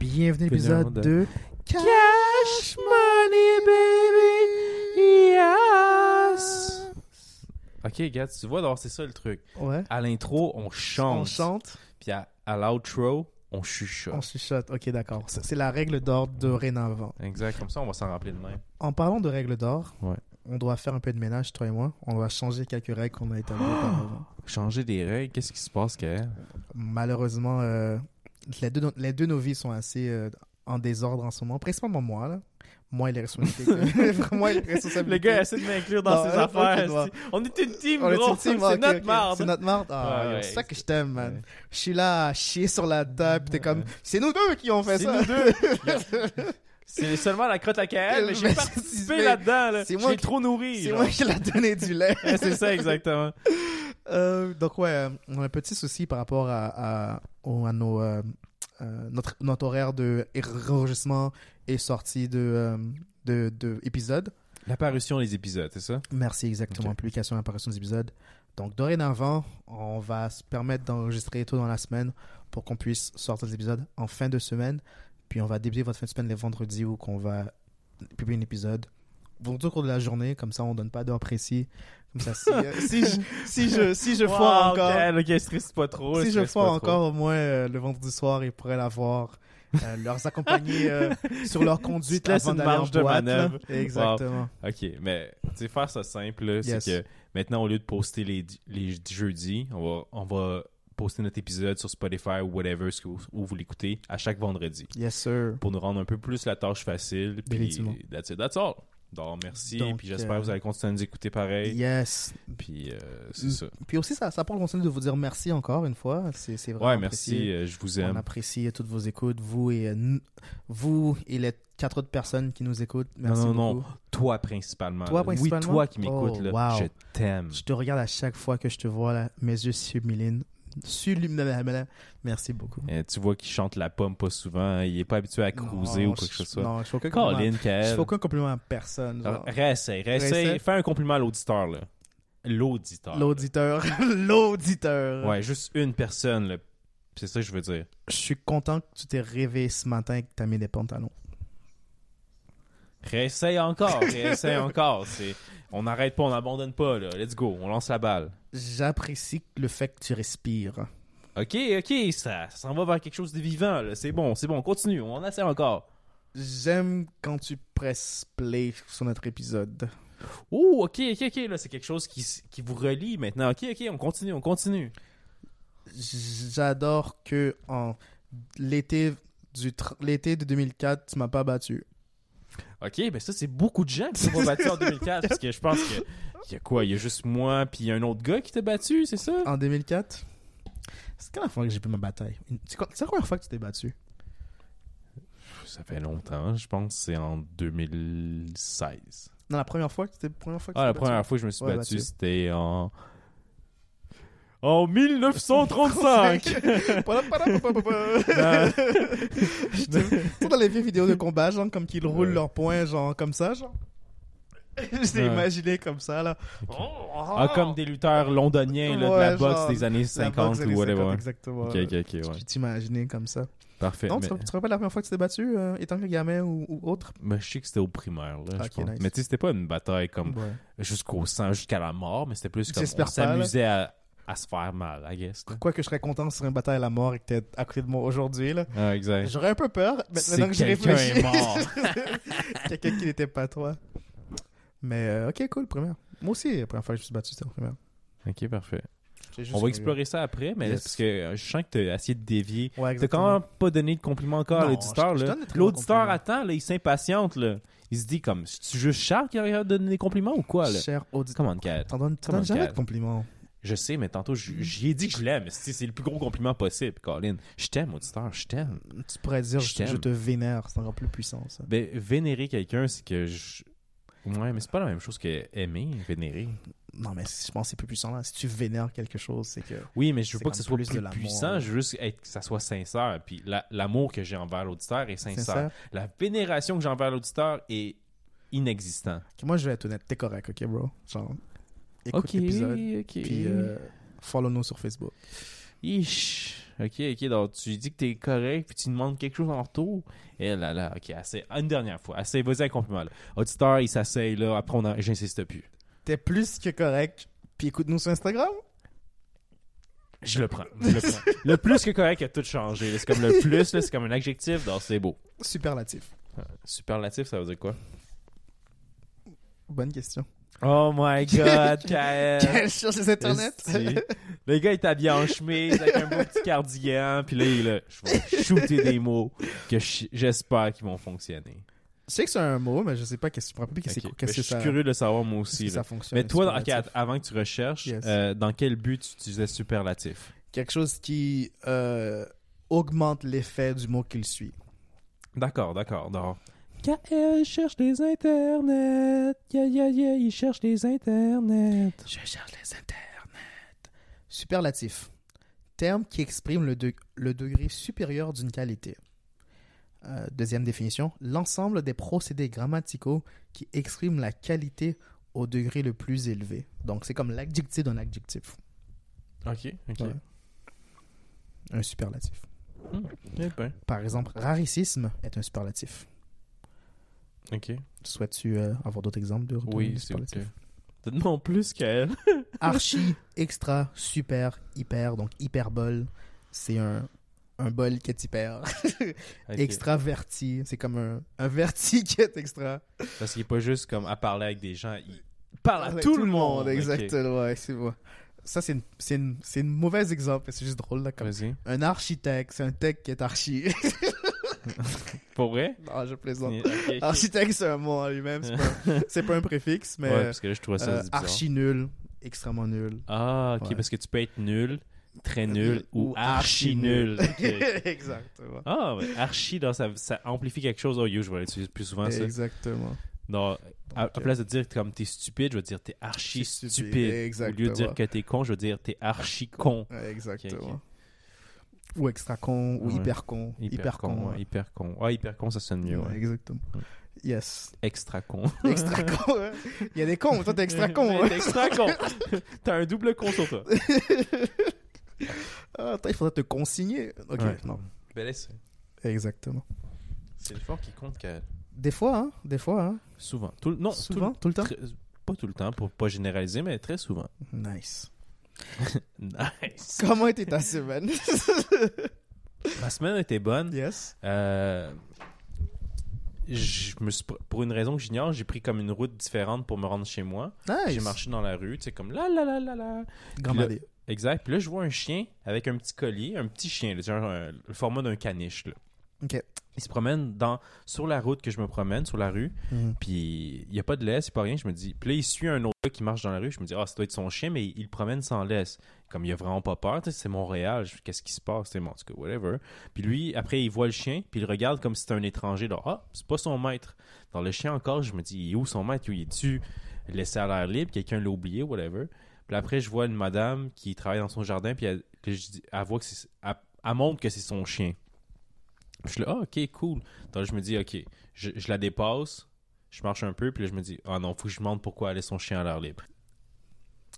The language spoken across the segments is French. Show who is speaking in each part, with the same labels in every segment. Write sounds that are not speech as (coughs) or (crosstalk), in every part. Speaker 1: Bienvenue à l'épisode
Speaker 2: Bienvenue au
Speaker 1: 2.
Speaker 2: monde.
Speaker 1: Cash Money Baby Yes
Speaker 2: Ok, gars, tu vois, alors c'est ça le truc.
Speaker 1: Ouais.
Speaker 2: À l'intro, on chante.
Speaker 1: On chante,
Speaker 2: Puis à, à l'outro, on chuchote.
Speaker 1: on chuchote. Ok, d'accord. Ça, C'est la règle d'or de Rénavant.
Speaker 2: Exact, comme ça, on va s'en rappeler de même.
Speaker 1: En parlant de règle d'or,
Speaker 2: Ouais.
Speaker 1: on doit faire un peu de ménage, toi et moi. On doit changer quelques règles qu'on a
Speaker 2: Ah!
Speaker 1: établies auparavant.
Speaker 2: Changer des règles, qu'est-ce qui se passe, Kael?
Speaker 1: Malheureusement, euh, les, deux, les deux nos vies sont assez euh, en désordre en ce moment. Principalement moi, là. Moi et les
Speaker 2: (laughs)
Speaker 1: responsabilités. (laughs) que- moi et les responsabilités.
Speaker 2: Le gars essaie de m'inclure
Speaker 1: dans
Speaker 2: dans
Speaker 1: ses
Speaker 2: ses
Speaker 1: Ah, ok, affaires,
Speaker 2: affaires.
Speaker 1: toi.
Speaker 2: On est une team,
Speaker 1: On est
Speaker 2: gros.
Speaker 1: une team,
Speaker 2: (laughs) C'est
Speaker 1: ah, ok,
Speaker 2: notre
Speaker 1: ok.
Speaker 2: merde.
Speaker 1: C'est notre marde. Ah,
Speaker 2: Ouais, ouais,
Speaker 1: c'est ça que je t'aime, man. Je suis là, à chier sur la table. T'es comme,
Speaker 2: Ouais.
Speaker 1: c'est nous deux qui ont fait
Speaker 2: C'est
Speaker 1: ça. (laughs)
Speaker 2: nous deux. C'est seulement la crotte à Kael, Eh, mais
Speaker 1: Mais
Speaker 2: j'ai
Speaker 1: c'est-
Speaker 2: participé là-dedans. Là.
Speaker 1: c'est moi
Speaker 2: J'ai
Speaker 1: qui-
Speaker 2: trop nourri.
Speaker 1: C'est
Speaker 2: genre.
Speaker 1: moi qui l'a donné du lait. (laughs)
Speaker 2: Ouais, c'est ça, exactement.
Speaker 1: Euh, donc ouais, euh, on a un petit souci par rapport à, à, au- à nos, euh, euh, notre, notre horaire de enregistrement et sortie de, euh, de, de épisode.
Speaker 2: La parution des épisodes, c'est ça?
Speaker 1: Merci exactement.
Speaker 2: Ok.
Speaker 1: Publication et apparition des épisodes. Donc dorénavant, on va se permettre d'enregistrer tout dans la semaine pour qu'on puisse sortir des épisodes en fin de semaine. Puis on va débuter votre fin de semaine les vendredis où qu'on va publier un épisode. Bon, tout au cours de la journée, comme ça on donne pas d'heure précis. Comme ça, si, euh, si je, si
Speaker 2: (laughs)
Speaker 1: je, si je foire
Speaker 2: Wow,
Speaker 1: encore,
Speaker 2: Kael, ok, stresse pas trop.
Speaker 1: si je
Speaker 2: stresse
Speaker 1: foire
Speaker 2: pas trop.
Speaker 1: encore, au moins euh, le vendredi soir, ils pourraient l'avoir. euh,
Speaker 2: (laughs)
Speaker 1: leurs accompagner euh, sur leur conduite
Speaker 2: Tu te laisses
Speaker 1: avant
Speaker 2: une
Speaker 1: d'aller en
Speaker 2: marge de
Speaker 1: boîte, là.
Speaker 2: manœuvre.
Speaker 1: Exactement.
Speaker 2: OK, mais tu sais, faire ça simple, là,
Speaker 1: Yes.
Speaker 2: c'est que maintenant, au lieu de poster les, les jeudis, on va, on va poster notre épisode sur Spotify ou whatever, ce que vous, où vous l'écoutez, à chaque vendredi
Speaker 1: Yes sir.
Speaker 2: pour nous rendre un peu plus la tâche facile. Puis,
Speaker 1: Définitivement.
Speaker 2: that's it, that's all. Donc, merci.
Speaker 1: Donc,
Speaker 2: puis, j'espère que vous allez continuer à nous écouter pareil.
Speaker 1: Yes.
Speaker 2: Puis, euh, c'est
Speaker 1: Mm.
Speaker 2: ça.
Speaker 1: Puis aussi, ça, ça parle continuer de vous dire merci encore une fois. C'est c'est vraiment
Speaker 2: Ouais, merci.
Speaker 1: apprécié.
Speaker 2: euh, je vous
Speaker 1: On
Speaker 2: aime.
Speaker 1: apprécie toutes vos écoutes, vous et euh, nous- vous et les quatre autres personnes qui nous écoutent. Merci
Speaker 2: non, non.
Speaker 1: beaucoup.
Speaker 2: Toi, principalement.
Speaker 1: Toi,
Speaker 2: là.
Speaker 1: principalement?
Speaker 2: Oui, toi qui m'écoutes,
Speaker 1: Oh,
Speaker 2: là.
Speaker 1: wow.
Speaker 2: Je t'aime.
Speaker 1: Je te regarde à chaque fois que je te vois là, mes yeux s'illuminent. S'illuminent. Merci beaucoup.
Speaker 2: Euh, tu vois qu'il chante la pomme pas souvent. hein, Il est pas habitué à cruiser
Speaker 1: Non,
Speaker 2: ou quoi que
Speaker 1: je-
Speaker 2: ce soit.
Speaker 1: Non, je fais aucun compliment.
Speaker 2: Colin, Ah,
Speaker 1: Je
Speaker 2: Kael.
Speaker 1: fais aucun compliment à personne. genre.
Speaker 2: Réessaye,
Speaker 1: Réessaye.
Speaker 2: réessaye. Fais un compliment à l'auditeur, là. L'auditeur. là.
Speaker 1: L'auditeur. (laughs) L'auditeur.
Speaker 2: ah. Ouais, juste une personne, là. C'est ça que je veux dire.
Speaker 1: Je suis content que tu t'es réveillé ce matin et que t'as mis des pantalons.
Speaker 2: Réessaye
Speaker 1: (laughs)
Speaker 2: encore, réessaye encore. C'est... On n'arrête pas, on n'abandonne pas, là. Let's go, on lance la balle.
Speaker 1: J'apprécie le fait que tu respires.
Speaker 2: Ok, ok, ça, ça s'en va vers quelque chose de vivant, là. C'est bon, c'est bon, continue, on essaie encore.
Speaker 1: J'aime quand tu presses play sur notre épisode.
Speaker 2: Ouh, ok, ok, ok, là, c'est quelque chose qui, s- qui vous relie maintenant. Ok, ok, on continue, on continue.
Speaker 1: J'adore que en l'été du tr- l'été de 2004, tu m'as pas battu.
Speaker 2: Ok, ben ça, c'est beaucoup de gens
Speaker 1: (laughs)
Speaker 2: qui se sont battus en 2004, parce que je pense que. Il y a quoi Il y a juste moi, puis un autre gars qui t'a battu, c'est ça
Speaker 1: En 2004, c'est quand la fois que j'ai pris ma bataille Une- C'est quoi- c'est la première fois que tu t'es battu
Speaker 2: Ça fait longtemps, je pense que c'est en 2016.
Speaker 1: Non, la première fois que tu t'es première fois que
Speaker 2: Ah, la
Speaker 1: tu t'es battu.
Speaker 2: première fois que je me suis
Speaker 1: Ouais,
Speaker 2: battu,
Speaker 1: battu.
Speaker 2: c'était en. En
Speaker 1: (laughs)
Speaker 2: 1935! (laughs)
Speaker 1: Padapadapapadapa. Je te- Tu sais, dans les vieilles vidéos de combat, genre comme qu'ils roulent
Speaker 2: Ouais.
Speaker 1: leurs poings, genre comme ça, genre. (laughs) Je l'ai
Speaker 2: Ouais.
Speaker 1: imaginé comme ça, là.
Speaker 2: ah, comme des lutteurs londoniens là, de
Speaker 1: Ouais,
Speaker 2: la boxe
Speaker 1: genre,
Speaker 2: des années
Speaker 1: La
Speaker 2: 50
Speaker 1: boxe, elle est
Speaker 2: ou whatever.
Speaker 1: 50, Exactement.
Speaker 2: Ok, ok, ok, ouais.
Speaker 1: Tu t'imaginais comme ça.
Speaker 2: Parfait.
Speaker 1: Non,
Speaker 2: mais,
Speaker 1: tu, te- tu te rappelles la première fois que tu t'es battu, euh, étant que gamin ou, ou autre
Speaker 2: mais je sais que c'était au primaire, là. je
Speaker 1: Ok,
Speaker 2: pense.
Speaker 1: nice.
Speaker 2: Mais tu sais, c'était pas une bataille comme
Speaker 1: Ouais.
Speaker 2: jusqu'au sang, jusqu'à la mort, mais c'était plus comme
Speaker 1: J'espère
Speaker 2: on
Speaker 1: pas, là.
Speaker 2: s'amusait à, à se faire mal, I guess. là.
Speaker 1: Quoi que je serais content sur une bataille à la mort et que t'es à côté de moi aujourd'hui, là.
Speaker 2: Ah, exact.
Speaker 1: J'aurais un peu peur, mais
Speaker 2: C'est
Speaker 1: maintenant que j'y
Speaker 2: quelqu'un
Speaker 1: réfléchis.
Speaker 2: est mort.
Speaker 1: (laughs) quelqu'un qui n'était pas toi. Mais euh, ok, cool, première. Moi aussi, la première fois que je me suis battu, c'était en première.
Speaker 2: Ok, parfait.
Speaker 1: J'ai juste
Speaker 2: On va
Speaker 1: curieux.
Speaker 2: explorer ça après, mais là,
Speaker 1: Yes.
Speaker 2: parce que euh, je sens que t'as essayé de dévier
Speaker 1: Ouais,
Speaker 2: T'as quand
Speaker 1: exactement.
Speaker 2: même pas donné de compliment encore à
Speaker 1: Non,
Speaker 2: l'auditeur.
Speaker 1: je- je
Speaker 2: là.
Speaker 1: donne des très bons
Speaker 2: L'auditeur
Speaker 1: compliments.
Speaker 2: attend, là, il s'impatiente. là. Il se dit comme, c'est juste Charles qui a donné des compliments ou quoi? Là?
Speaker 1: Cher auditeur.
Speaker 2: Comment, Kat?
Speaker 1: T'en donnes, t'en
Speaker 2: Come on,
Speaker 1: donnes jamais
Speaker 2: Cal.
Speaker 1: de compliments.
Speaker 2: Je sais, mais tantôt, j- j'y ai dit que je l'aime. C'est c'est le plus gros compliment possible, Colin. Je t'aime, auditeur, je t'aime.
Speaker 1: Tu pourrais dire
Speaker 2: Je
Speaker 1: je,
Speaker 2: t'aime.
Speaker 1: je te vénère, c'est encore plus puissant ça.
Speaker 2: Ben, vénérer quelqu'un, c'est que je... Ouais, mais c'est pas la même chose que aimer, vénérer.
Speaker 1: Non, mais je pense que c'est plus puissant là. Si tu vénères quelque chose, c'est que.
Speaker 2: Oui, mais je veux
Speaker 1: C'est
Speaker 2: pas que ce
Speaker 1: comme
Speaker 2: soit
Speaker 1: plus
Speaker 2: plus,
Speaker 1: de l'amour.
Speaker 2: puissant, je veux juste être- que ça soit sincère. Puis la- l'amour que j'ai envers l'auditeur est sincère.
Speaker 1: Sincère.
Speaker 2: La vénération que j'ai envers l'auditeur est inexistante.
Speaker 1: Ok, moi, je vais être honnête. T'es correct, ok, bro? Genre, écoute l'épisode. euh,
Speaker 2: ok.
Speaker 1: Puis, euh, follow-nous sur Facebook.
Speaker 2: Ish. Ok, ok, donc tu dis que t'es correct, puis tu demandes quelque chose en retour. Eh là là, ok, assez. Une dernière fois, assez. Vas-y, un compliment. Là. Auditeur, il s'asseye là, après, on en- j'insiste plus.
Speaker 1: T'es plus que correct. Puis écoute-nous sur Instagram.
Speaker 2: Je le prends. Je le prends. Le plus que correct a tout changé. là. C'est comme le plus, là, c'est comme un adjectif, donc c'est beau.
Speaker 1: Superlatif.
Speaker 2: Superlatif, ça veut dire quoi?
Speaker 1: Bonne question.
Speaker 2: Oh my god,
Speaker 1: (laughs)
Speaker 2: Kael!
Speaker 1: Quelle cherche les internet
Speaker 2: Esti. Le gars est habillé en chemise avec un beau petit cardigan, puis là, il est là, je vais shooter des mots que je- j'espère qu'ils vont fonctionner.
Speaker 1: Je sais que c'est un mot, mais je sais pas qu'est-ce que plus
Speaker 2: Ok.
Speaker 1: qu'est-ce que
Speaker 2: Mais
Speaker 1: qu'est-ce
Speaker 2: je
Speaker 1: que
Speaker 2: suis
Speaker 1: ça
Speaker 2: curieux de le savoir moi
Speaker 1: qu'est-ce que
Speaker 2: aussi. là.
Speaker 1: ça fonctionne.
Speaker 2: Mais toi,
Speaker 1: superlatif.
Speaker 2: ok, att- avant que tu recherches,
Speaker 1: Yes.
Speaker 2: euh, dans quel but tu utilisais superlatif
Speaker 1: quelque chose qui euh, augmente l'effet du mot qu'il suit.
Speaker 2: D'accord, d'accord. Donc, Kael cherche des internets. Ya, ya, ya, il cherche des internets.
Speaker 1: Je cherche les internets. Superlatif. Terme qui exprime le, de- le degré supérieur d'une qualité. Euh, deuxième définition. L'ensemble des procédés grammaticaux qui expriment la qualité au degré le plus élevé. Donc, c'est comme l'adjectif d'un adjectif.
Speaker 2: Ok, ok.
Speaker 1: Ouais. Un superlatif.
Speaker 2: Eh ben,
Speaker 1: Par exemple, raricisme est un superlatif.
Speaker 2: ok.
Speaker 1: Souhaites-tu euh, avoir d'autres exemples de de
Speaker 2: Oui, c'est ok.
Speaker 1: superlatifs?
Speaker 2: Donne-moi plus, Kael.
Speaker 1: Archi, extra, super, hyper, donc hyperbole, c'est un, un bol qui est hyper.
Speaker 2: Ok.
Speaker 1: Extraverti, c'est comme un, un verti (laughs) qui est extra.
Speaker 2: Parce qu'il n'est pas juste comme à parler avec des gens, il parle à Ah, tout, le monde. Ok.
Speaker 1: Exactement, ouais, c'est vrai. Ça, c'est une, c'est une, c'est une mauvaise exemple, mais c'est juste drôle. Là, comme...
Speaker 2: Vas-y.
Speaker 1: Un architecte, c'est un tech qui est archi. (laughs)
Speaker 2: Pour vrai?
Speaker 1: non, je plaisante.
Speaker 2: Ok, ok.
Speaker 1: Architecte, c'est un mot en lui-même, c'est
Speaker 2: (laughs)
Speaker 1: pas, c'est pas un préfixe, mais
Speaker 2: Ouais, parce que là, je trouvais ça
Speaker 1: euh,
Speaker 2: bizarre.
Speaker 1: archi nul, extrêmement nul.
Speaker 2: Ah, ok,
Speaker 1: Ouais.
Speaker 2: parce que tu peux être nul, très nul ou,
Speaker 1: Ou (laughs)
Speaker 2: archi nul.
Speaker 1: Exactement.
Speaker 2: Ah, ouais, archi, dans ça, ça amplifie quelque chose. Oh, yo, je vais l'utiliser plus souvent, ça.
Speaker 1: Exactement.
Speaker 2: Non, à, à
Speaker 1: Donc, euh,
Speaker 2: place de dire comme t'es stupide, je vais dire t'es archi
Speaker 1: T'es stupide,
Speaker 2: stupide. Au lieu
Speaker 1: exactement.
Speaker 2: de dire que t'es con, je veux dire t'es archi con.
Speaker 1: Ouais, Exactement.
Speaker 2: Ok, ok.
Speaker 1: Ou extra con, ou
Speaker 2: Ouais.
Speaker 1: hyper con.
Speaker 2: Hyper, con, ouais, hyper con. Ah, hyper con, ça sonne mieux.
Speaker 1: Ouais,
Speaker 2: ouais.
Speaker 1: Exactement. Yes.
Speaker 2: Extra con.
Speaker 1: Extra con. hein. Il y a des cons, toi t'es
Speaker 2: (laughs)
Speaker 1: extra con. hein.
Speaker 2: T'es extra
Speaker 1: (laughs)
Speaker 2: con. T'as un double con sur toi.
Speaker 1: Ah, attends, il faudrait te consigner. Ok,
Speaker 2: Ouais.
Speaker 1: non.
Speaker 2: Ben laisse.
Speaker 1: Exactement.
Speaker 2: C'est le fort qui compte, Kael.
Speaker 1: Des fois, hein, des fois, hein.
Speaker 2: Souvent. Tout, le- non, tout
Speaker 1: souvent, tout le temps.
Speaker 2: le- très- pas tout le temps, pour pas généraliser, mais très souvent.
Speaker 1: Nice.
Speaker 2: Nice.
Speaker 1: Comment était ta
Speaker 2: (laughs)
Speaker 1: semaine
Speaker 2: Ma semaine était bonne.
Speaker 1: Yes.
Speaker 2: Euh, je me suis, pr- pour une raison que j'ignore, j'ai pris comme une route différente pour me rendre chez moi.
Speaker 1: Nice.
Speaker 2: J'ai marché dans la rue, tu sais, comme là, là, là, là, là.
Speaker 1: Grammadé.
Speaker 2: Exact. Puis là, je vois un chien avec un petit collier, un petit chien, là, genre un- le format d'un caniche. Là.
Speaker 1: Ok.
Speaker 2: Il se promène dans, sur la route que je me promène, sur la rue.
Speaker 1: Mhm.
Speaker 2: Puis il n'y a pas de laisse, il n'y a pas rien. Je me dis, puis là, il suit un autre gars qui marche dans la rue. Je me dis, ah, ça doit être son chien, mais il le promène sans laisse. Comme il a vraiment pas peur, tu sais, c'est Montréal, je- qu'est-ce qui se passe, c'est en tout cas, whatever. Puis lui, après, il voit le chien, puis il le regarde comme si c'était un étranger. Là, ah, c'est pas son maître. Dans le chien encore, je me dis, il est où son maître Il est-tu laissé à l'air libre Quelqu'un l'a oublié, whatever. Puis après, je vois une madame qui travaille dans son jardin, puis elle, puis je dis- elle voit que c'est. Elle, elle montre que c'est son chien. Puis je suis là, ah, ok, cool. Donc je me dis, ok, je, je la dépasse, je marche un peu, puis là, je me dis, ah non, faut que je demande pourquoi elle laisse son chien à l'air libre.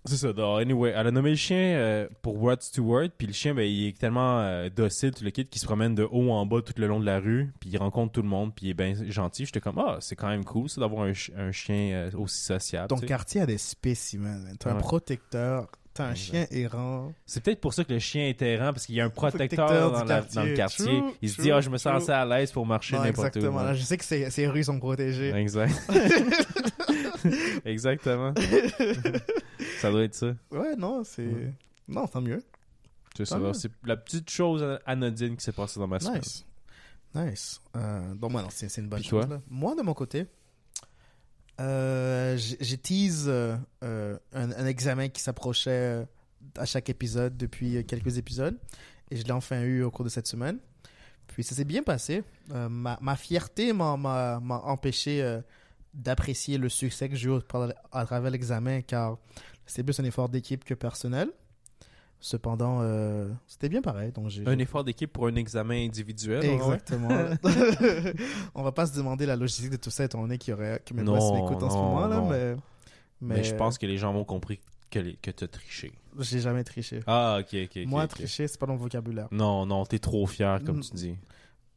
Speaker 2: C'est ça, donc, anyway, elle a nommé le chien euh, pour Rod Stewart, puis le chien, ben, il est tellement euh, docile, tout le kit, qu'il se promène de haut en bas tout le long de la rue, puis il rencontre tout le monde, puis il est bien gentil. J'étais comme, ah, c'est quand même cool, ça, d'avoir un, ch- un chien euh, aussi sociable.
Speaker 1: Ton
Speaker 2: tu sais.
Speaker 1: quartier a des spécimens. man. T'as un
Speaker 2: Ouais.
Speaker 1: protecteur, t'as un
Speaker 2: Exact.
Speaker 1: chien errant.
Speaker 2: C'est peut-être pour ça que le chien est errant, parce qu'il y a un protecteur,
Speaker 1: Protecteur
Speaker 2: dans,
Speaker 1: du
Speaker 2: la-
Speaker 1: quartier.
Speaker 2: dans le quartier.
Speaker 1: True,
Speaker 2: il se
Speaker 1: true,
Speaker 2: dit, ah, je me sens
Speaker 1: true.
Speaker 2: assez à l'aise pour marcher
Speaker 1: Non,
Speaker 2: n'importe où.
Speaker 1: exactement.
Speaker 2: Ouais.
Speaker 1: Là, je sais que ces, ces rues sont protégées. (laughs)
Speaker 2: Exact. Exactement. ça doit être ça.
Speaker 1: Ouais, non, c'est.
Speaker 2: Ouais.
Speaker 1: Non, tant mieux.
Speaker 2: C'est ça.
Speaker 1: Ah ouais.
Speaker 2: C'est la petite chose anodine qui s'est passée dans ma semaine.
Speaker 1: Nice. Nice. Euh, donc, moi, non, c'est c'est une bonne
Speaker 2: Puis
Speaker 1: chose.
Speaker 2: toi?
Speaker 1: là. Moi, de mon côté, euh, j- j'ai tease euh, euh, un, un examen qui s'approchait euh, à chaque épisode depuis euh, quelques épisodes. Et je l'ai enfin eu au cours de cette semaine. Puis ça s'est bien passé. Euh, ma, ma fierté m'a- m'a m'a empêché euh, d'apprécier le succès que j'ai eu au- par- à travers l'examen, car c'est plus un effort d'équipe que personnel. Cependant, euh, c'était bien pareil. Donc j'ai-
Speaker 2: Un effort d'équipe pour un examen individuel. ouais. (laughs)
Speaker 1: Exactement. on va pas se demander la logistique de tout ça, étant donné qu'il y aurait que mes
Speaker 2: Non,
Speaker 1: boss m'écoutent en ce
Speaker 2: non,
Speaker 1: moment là,
Speaker 2: non.
Speaker 1: mais,
Speaker 2: Mais je pense que les gens m'ont compris que, les- que tu as triché.
Speaker 1: J'ai jamais triché.
Speaker 2: Ah, ok, ok. ok,
Speaker 1: Moi,
Speaker 2: ok.
Speaker 1: tricher, c'est pas dans mon vocabulaire.
Speaker 2: Non, non, t'es trop fier, comme
Speaker 1: Mm.
Speaker 2: tu dis.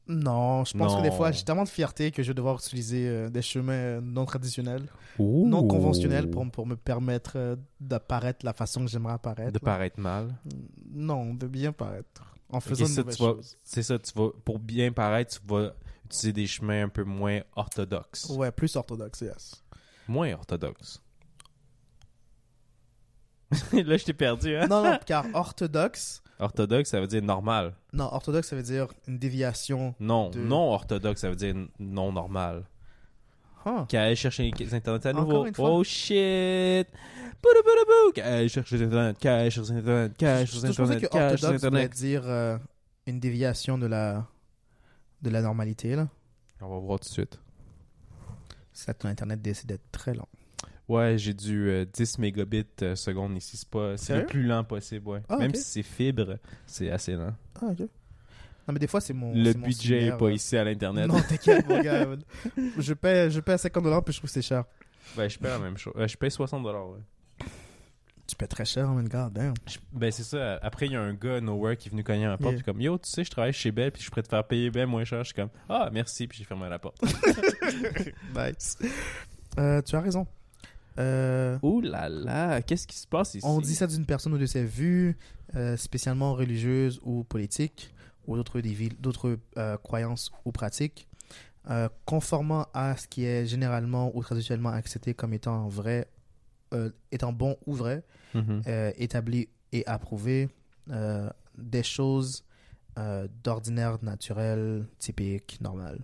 Speaker 1: Non, je pense que des
Speaker 2: Non.
Speaker 1: fois, j'ai tellement de fierté que je vais devoir utiliser euh, des chemins euh, non traditionnels,
Speaker 2: Ouh.
Speaker 1: non conventionnels pour, pour me permettre euh, d'apparaître la façon que j'aimerais apparaître.
Speaker 2: De paraître mal.
Speaker 1: Non, de bien paraître. En
Speaker 2: Ok,
Speaker 1: faisant de
Speaker 2: ça,
Speaker 1: nouvelles
Speaker 2: tu vas-
Speaker 1: choses.
Speaker 2: C'est ça, tu vas, pour bien paraître, tu vas utiliser des chemins un peu moins orthodoxes.
Speaker 1: Ouais, plus orthodoxe, yes. (laughs)
Speaker 2: Moins orthodoxes. Là, je t'ai perdu, hein? (laughs)
Speaker 1: non, non, car orthodoxe,
Speaker 2: Orthodoxe, ça veut dire normal.
Speaker 1: non, orthodoxe, ça veut dire une déviation.
Speaker 2: Non,
Speaker 1: De-
Speaker 2: non orthodoxe, ça veut dire n- non normal.
Speaker 1: Huh.
Speaker 2: Qu'à aller chercher les Internet à
Speaker 1: Encore
Speaker 2: nouveau.
Speaker 1: une fois.
Speaker 2: Oh shit! Boudou, boudou, boudou. Qu'à aller chercher les Internet, qu'à aller chercher les Internet, qu'à aller
Speaker 1: Je,
Speaker 2: chercher
Speaker 1: Euh, je
Speaker 2: les
Speaker 1: pensais que
Speaker 2: Internet, qu'à aller chercher les
Speaker 1: orthodoxe voulait
Speaker 2: Internet.
Speaker 1: dire euh, une déviation de la, de la normalité, là.
Speaker 2: On va voir tout de suite.
Speaker 1: Ça, ton internet décide d'être très lent.
Speaker 2: Ouais, j'ai du euh, 10 mégabits euh, seconde ici. C'est pas, c'est le
Speaker 1: Sérieux?
Speaker 2: plus lent possible, ouais.
Speaker 1: Ah,
Speaker 2: Même
Speaker 1: ok.
Speaker 2: si c'est fibre, c'est assez lent.
Speaker 1: Ah, ok. Non, mais des fois, c'est mon.
Speaker 2: le
Speaker 1: c'est mon
Speaker 2: budget est
Speaker 1: similaire,
Speaker 2: pas
Speaker 1: euh,
Speaker 2: ici à l'internet.
Speaker 1: Non, t'inquiète, mon
Speaker 2: (laughs)
Speaker 1: gars. Je paie, je paie 50 dollars, puis je trouve que c'est cher.
Speaker 2: Ben, je paye la même chose. Euh, je paye 60 dollars, ouais.
Speaker 1: Tu paies très cher, man, god damn.
Speaker 2: Je- Ben, c'est ça. Après, il y a un gars, Nowhere, qui est venu cogner à la porte.
Speaker 1: Yeah.
Speaker 2: puis comme, yo, tu sais, je travaille chez Bell, puis je pourrais te faire payer bien moins cher. Je suis comme, ah, merci, puis j'ai fermé la porte.
Speaker 1: Nice. Euh, tu as raison. Euh,
Speaker 2: (laughs) Ouh là là, qu'est-ce qui se passe ici?
Speaker 1: on dit ça d'une personne ou de ses vues, euh, spécialement religieuses ou politiques, ou d'autres dévi- d'autres euh, croyances ou pratiques, euh, conformant à ce qui est généralement ou traditionnellement accepté comme étant vrai, euh, étant bon ou vrai,
Speaker 2: Mhm.
Speaker 1: euh, établi et approuvé euh, des choses euh, d'ordinaire, naturel, typique, normal.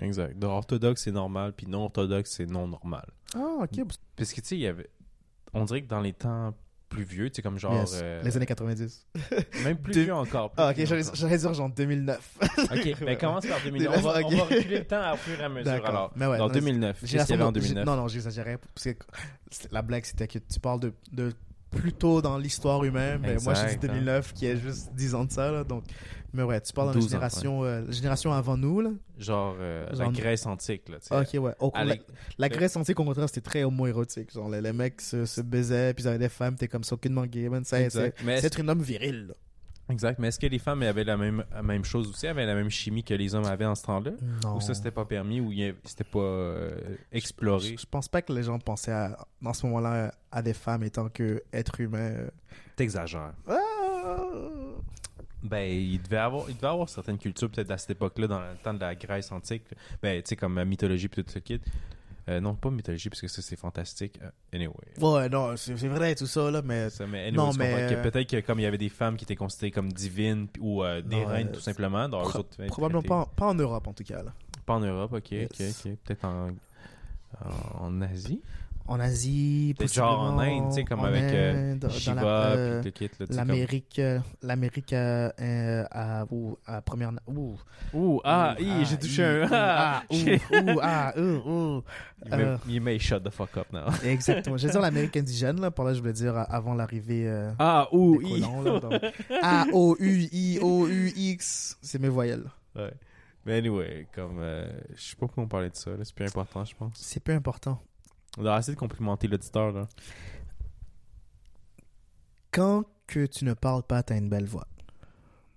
Speaker 2: Exact. Donc, orthodoxe, c'est normal, puis non orthodoxe, c'est non normal.
Speaker 1: Ah, ok.
Speaker 2: Parce que, tu sais, il y avait. On dirait que dans les temps plus vieux, tu sais, comme genre. euh,
Speaker 1: Les années 90.
Speaker 2: Même plus
Speaker 1: Deux-
Speaker 2: vieux encore. plus
Speaker 1: Ah, ok,
Speaker 2: vieux
Speaker 1: j'allais
Speaker 2: encore.
Speaker 1: j'allais dire genre 2009.
Speaker 2: Ok, ben
Speaker 1: (laughs)
Speaker 2: commence par 2009.
Speaker 1: Des
Speaker 2: On va,
Speaker 1: lèvres,
Speaker 2: on va
Speaker 1: ok.
Speaker 2: reculer le temps à fur et à mesure.
Speaker 1: D'accord.
Speaker 2: Alors,
Speaker 1: Mais ouais,
Speaker 2: dans
Speaker 1: non,
Speaker 2: 2009, qu'est-ce qu'il y
Speaker 1: Génération
Speaker 2: avait en
Speaker 1: de- j'ai-
Speaker 2: 2009
Speaker 1: Non, non, j'exagérais. Parce que c'est- la blague, c'était que tu parles de, de plus tôt dans l'histoire humaine. Mais moi, j'ai dit
Speaker 2: Exact, hein.
Speaker 1: 2009, qui est juste 10 ans de ça. Là, donc... Mais ouais, tu parles de la
Speaker 2: 12 ans,
Speaker 1: génération, euh, génération avant nous. Là.
Speaker 2: Genre euh, la
Speaker 1: Genre-
Speaker 2: Grèce antique, là, tu sais.
Speaker 1: Ok, ouais. Au
Speaker 2: À
Speaker 1: contra-
Speaker 2: l'é-
Speaker 1: La Grèce antique, au contraire, c'était très homo-érotique. Genre, les, les mecs se, se baisaient, puis ils avaient des femmes, t'es comme ça, aucunement gay, man. C'est c'est-
Speaker 2: Exact. Mais
Speaker 1: c'est
Speaker 2: est-ce-
Speaker 1: être un homme viril. là.
Speaker 2: Exact. Mais est-ce que les femmes avaient la même, la même chose aussi, avaient la même chimie que les hommes avaient en ce temps-là
Speaker 1: Non.
Speaker 2: Ou ça, c'était pas permis, ou il y avait- c'était pas euh, exploré
Speaker 1: Je, je pense pas que les gens pensaient à, dans ce moment-là à des femmes étant que être humain. euh,
Speaker 2: T'exagères.
Speaker 1: ah,
Speaker 2: Ben, il devait avoir, il devait avoir certaines cultures, peut-être à cette époque-là, dans le temps de la Grèce antique. Ben, tu sais, comme la mythologie, puis tout ce kit. Euh, non, pas mythologie, parce que ça, c'est fantastique. Euh, anyway.
Speaker 1: Ouais, non, c'est c'est vrai tout ça, là, mais.
Speaker 2: Ça, mais
Speaker 1: Non,
Speaker 2: non,
Speaker 1: mais,
Speaker 2: mais
Speaker 1: euh,
Speaker 2: peut-être que comme il y avait des femmes qui étaient considérées comme divines puis- ou euh, des
Speaker 1: Non,
Speaker 2: reines
Speaker 1: euh,
Speaker 2: tout simplement, dans
Speaker 1: pro-
Speaker 2: eux autres,
Speaker 1: Probablement
Speaker 2: traitées.
Speaker 1: pas en, pas en Europe, en tout cas. là.
Speaker 2: Pas en Europe, ok,
Speaker 1: Yes.
Speaker 2: ok, ok. Peut-être en, en Asie.
Speaker 1: En Asie,
Speaker 2: Peut-être genre en Inde, tu sais, comme
Speaker 1: en
Speaker 2: avec euh,
Speaker 1: Inde, dans la-
Speaker 2: Shiva,
Speaker 1: euh,
Speaker 2: puis tout le kit, là, tu sais, comme-
Speaker 1: L'Amérique, euh, l'Amérique euh, euh, à, ou à première, na- ou
Speaker 2: Ouh, ah,
Speaker 1: Ouh,
Speaker 2: hi, j'ai
Speaker 1: hi,
Speaker 2: touché un.
Speaker 1: ouh,
Speaker 2: (laughs) Ah,
Speaker 1: ouh,
Speaker 2: shit.
Speaker 1: ouh, ah, ouh, ouh.
Speaker 2: You may-
Speaker 1: Euh.
Speaker 2: You may shut the fuck up now.
Speaker 1: Exactement. Je vais dire l'Amérique indigène, là. Par là, je voulais dire euh, avant l'arrivée euh,
Speaker 2: (laughs) Ah, ouh,
Speaker 1: des
Speaker 2: hi.
Speaker 1: colons, là.
Speaker 2: (laughs)
Speaker 1: donc, A, O, U, I, O, U, X. C'est mes voyelles.
Speaker 2: Ouais. Mais anyway, comme. euh, je sais pas pourquoi on parlait de ça, là, c'est plus important, je pense.
Speaker 1: C'est peu important.
Speaker 2: On a assez de complimenter l'auditeur, là.
Speaker 1: Quand que tu ne parles pas, t'as une belle voix.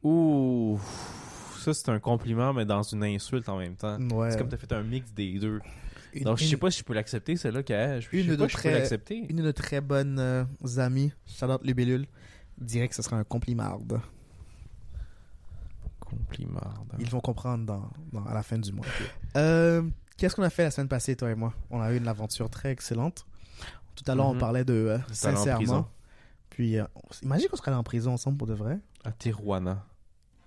Speaker 2: Ouh, ça, c'est un compliment, mais dans une insulte en même temps.
Speaker 1: Ouais.
Speaker 2: Ah, C'est comme t'as fait un mix des deux.
Speaker 1: Une-
Speaker 2: Donc, je sais
Speaker 1: une-
Speaker 2: pas si je peux l'accepter, celle-là, Kael. Je je
Speaker 1: Une
Speaker 2: sais
Speaker 1: de
Speaker 2: pas si je peux
Speaker 1: très-
Speaker 2: l'accepter.
Speaker 1: Une de nos très bonnes euh, amies, Charlotte Lubellule, dirait que ce serait un compliment.
Speaker 2: Ah. Compliment.
Speaker 1: Ils vont comprendre dans, dans- à la fin du mois. Euh, Qu'est-ce qu'on a fait la semaine passée, toi et moi On a eu une aventure très excellente. Tout à l'heure, on
Speaker 2: Mhm.
Speaker 1: parlait de euh,
Speaker 2: T'es allé en
Speaker 1: sincèrement.
Speaker 2: prison.
Speaker 1: Puis, euh, on s- imagine qu'on serait allé en prison ensemble pour de vrai.
Speaker 2: À Tijuana.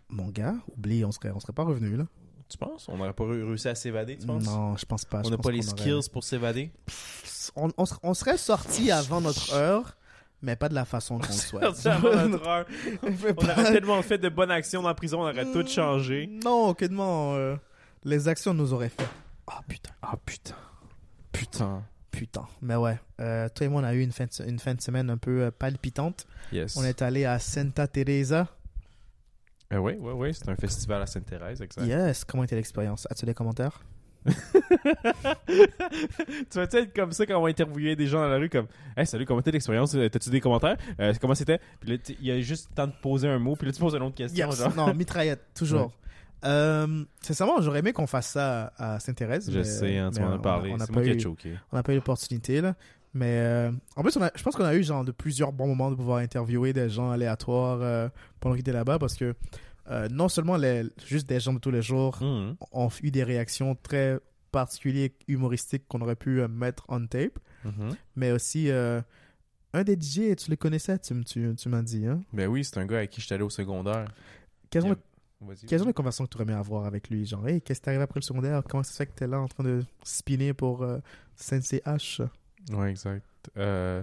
Speaker 1: Mon gars, oublie, on serait, on serait pas revenu là.
Speaker 2: Tu penses On n'aurait pas re- réussi à s'évader, tu penses
Speaker 1: Non, je pense pas. je
Speaker 2: On n'a
Speaker 1: pense
Speaker 2: pas les
Speaker 1: qu'on aurait-
Speaker 2: skills pour (laughs) s'évader.
Speaker 1: Pff, On, on ser- on serait sorti avant notre heure, mais pas de la façon
Speaker 2: (laughs)
Speaker 1: qu'on le souhaite.
Speaker 2: Sorti avant notre heure.
Speaker 1: (laughs)
Speaker 2: (laughs)
Speaker 1: On fait
Speaker 2: On
Speaker 1: pas-
Speaker 2: aurait tellement fait de bonnes actions dans la prison, on aurait tout changé.
Speaker 1: Hmm, Non, que demande euh, Les actions nous auraient fait. Ah putain,
Speaker 2: Ah putain. Putain.
Speaker 1: putain. Mais ouais, euh, toi et moi, on a eu une fin de, se- une fin de semaine un peu euh, palpitante.
Speaker 2: Yes.
Speaker 1: On est allé à Santa Teresa.
Speaker 2: Eh Euh, oui, oui, oui. C'est un festival à Sainte-Thérèse, exact. (laughs)
Speaker 1: Yes, comment était l'expérience As-tu des commentaires
Speaker 2: tu vas-tu être comme ça quand on va interviewer des gens dans la rue, comme Hey, salut, comment t'es l'expérience Euh, T'as-tu des commentaires Euh, Comment c'était Puis là, tu- il y a juste le temps de poser un mot, puis là, tu poses une autre question.
Speaker 1: Yes.
Speaker 2: genre.
Speaker 1: Non, mitraillette, toujours. Euh, sincèrement, j'aurais aimé qu'on fasse ça à à Sainte-Thérèse.
Speaker 2: Je
Speaker 1: mais-
Speaker 2: sais, hein, tu
Speaker 1: mais
Speaker 2: m'en as
Speaker 1: on a-
Speaker 2: parlé.
Speaker 1: on a
Speaker 2: C'est
Speaker 1: pas
Speaker 2: moi qui ai
Speaker 1: eu-
Speaker 2: choqué.
Speaker 1: On n'a pas eu l'opportunité, là. Mais euh, en plus, on a, je pense qu'on a eu genre de plusieurs bons moments de pouvoir interviewer des gens aléatoires euh, pendant qu'ils étaient là-bas parce que euh, non seulement les, juste des gens de tous les jours
Speaker 2: Mhm.
Speaker 1: ont eu des réactions très particulières, humoristiques qu'on aurait pu euh, mettre on tape,
Speaker 2: Mhm.
Speaker 1: mais aussi euh, un des DJ, tu le connaissais, tu, m- tu, tu m'as dit. Hein?
Speaker 2: Ben oui, c'est un gars avec qui je suis allé au secondaire.
Speaker 1: Quelles
Speaker 2: Il
Speaker 1: sont
Speaker 2: y a-
Speaker 1: les-
Speaker 2: Vas-y.
Speaker 1: quelles sont les conversations que tu aurais aimé avoir avec lui Genre, hey, qu'est-ce qui t'arrive après le secondaire Comment ça se fait que t'es là en train de spinner pour euh, CNCH
Speaker 2: Ouais, exact. Euh,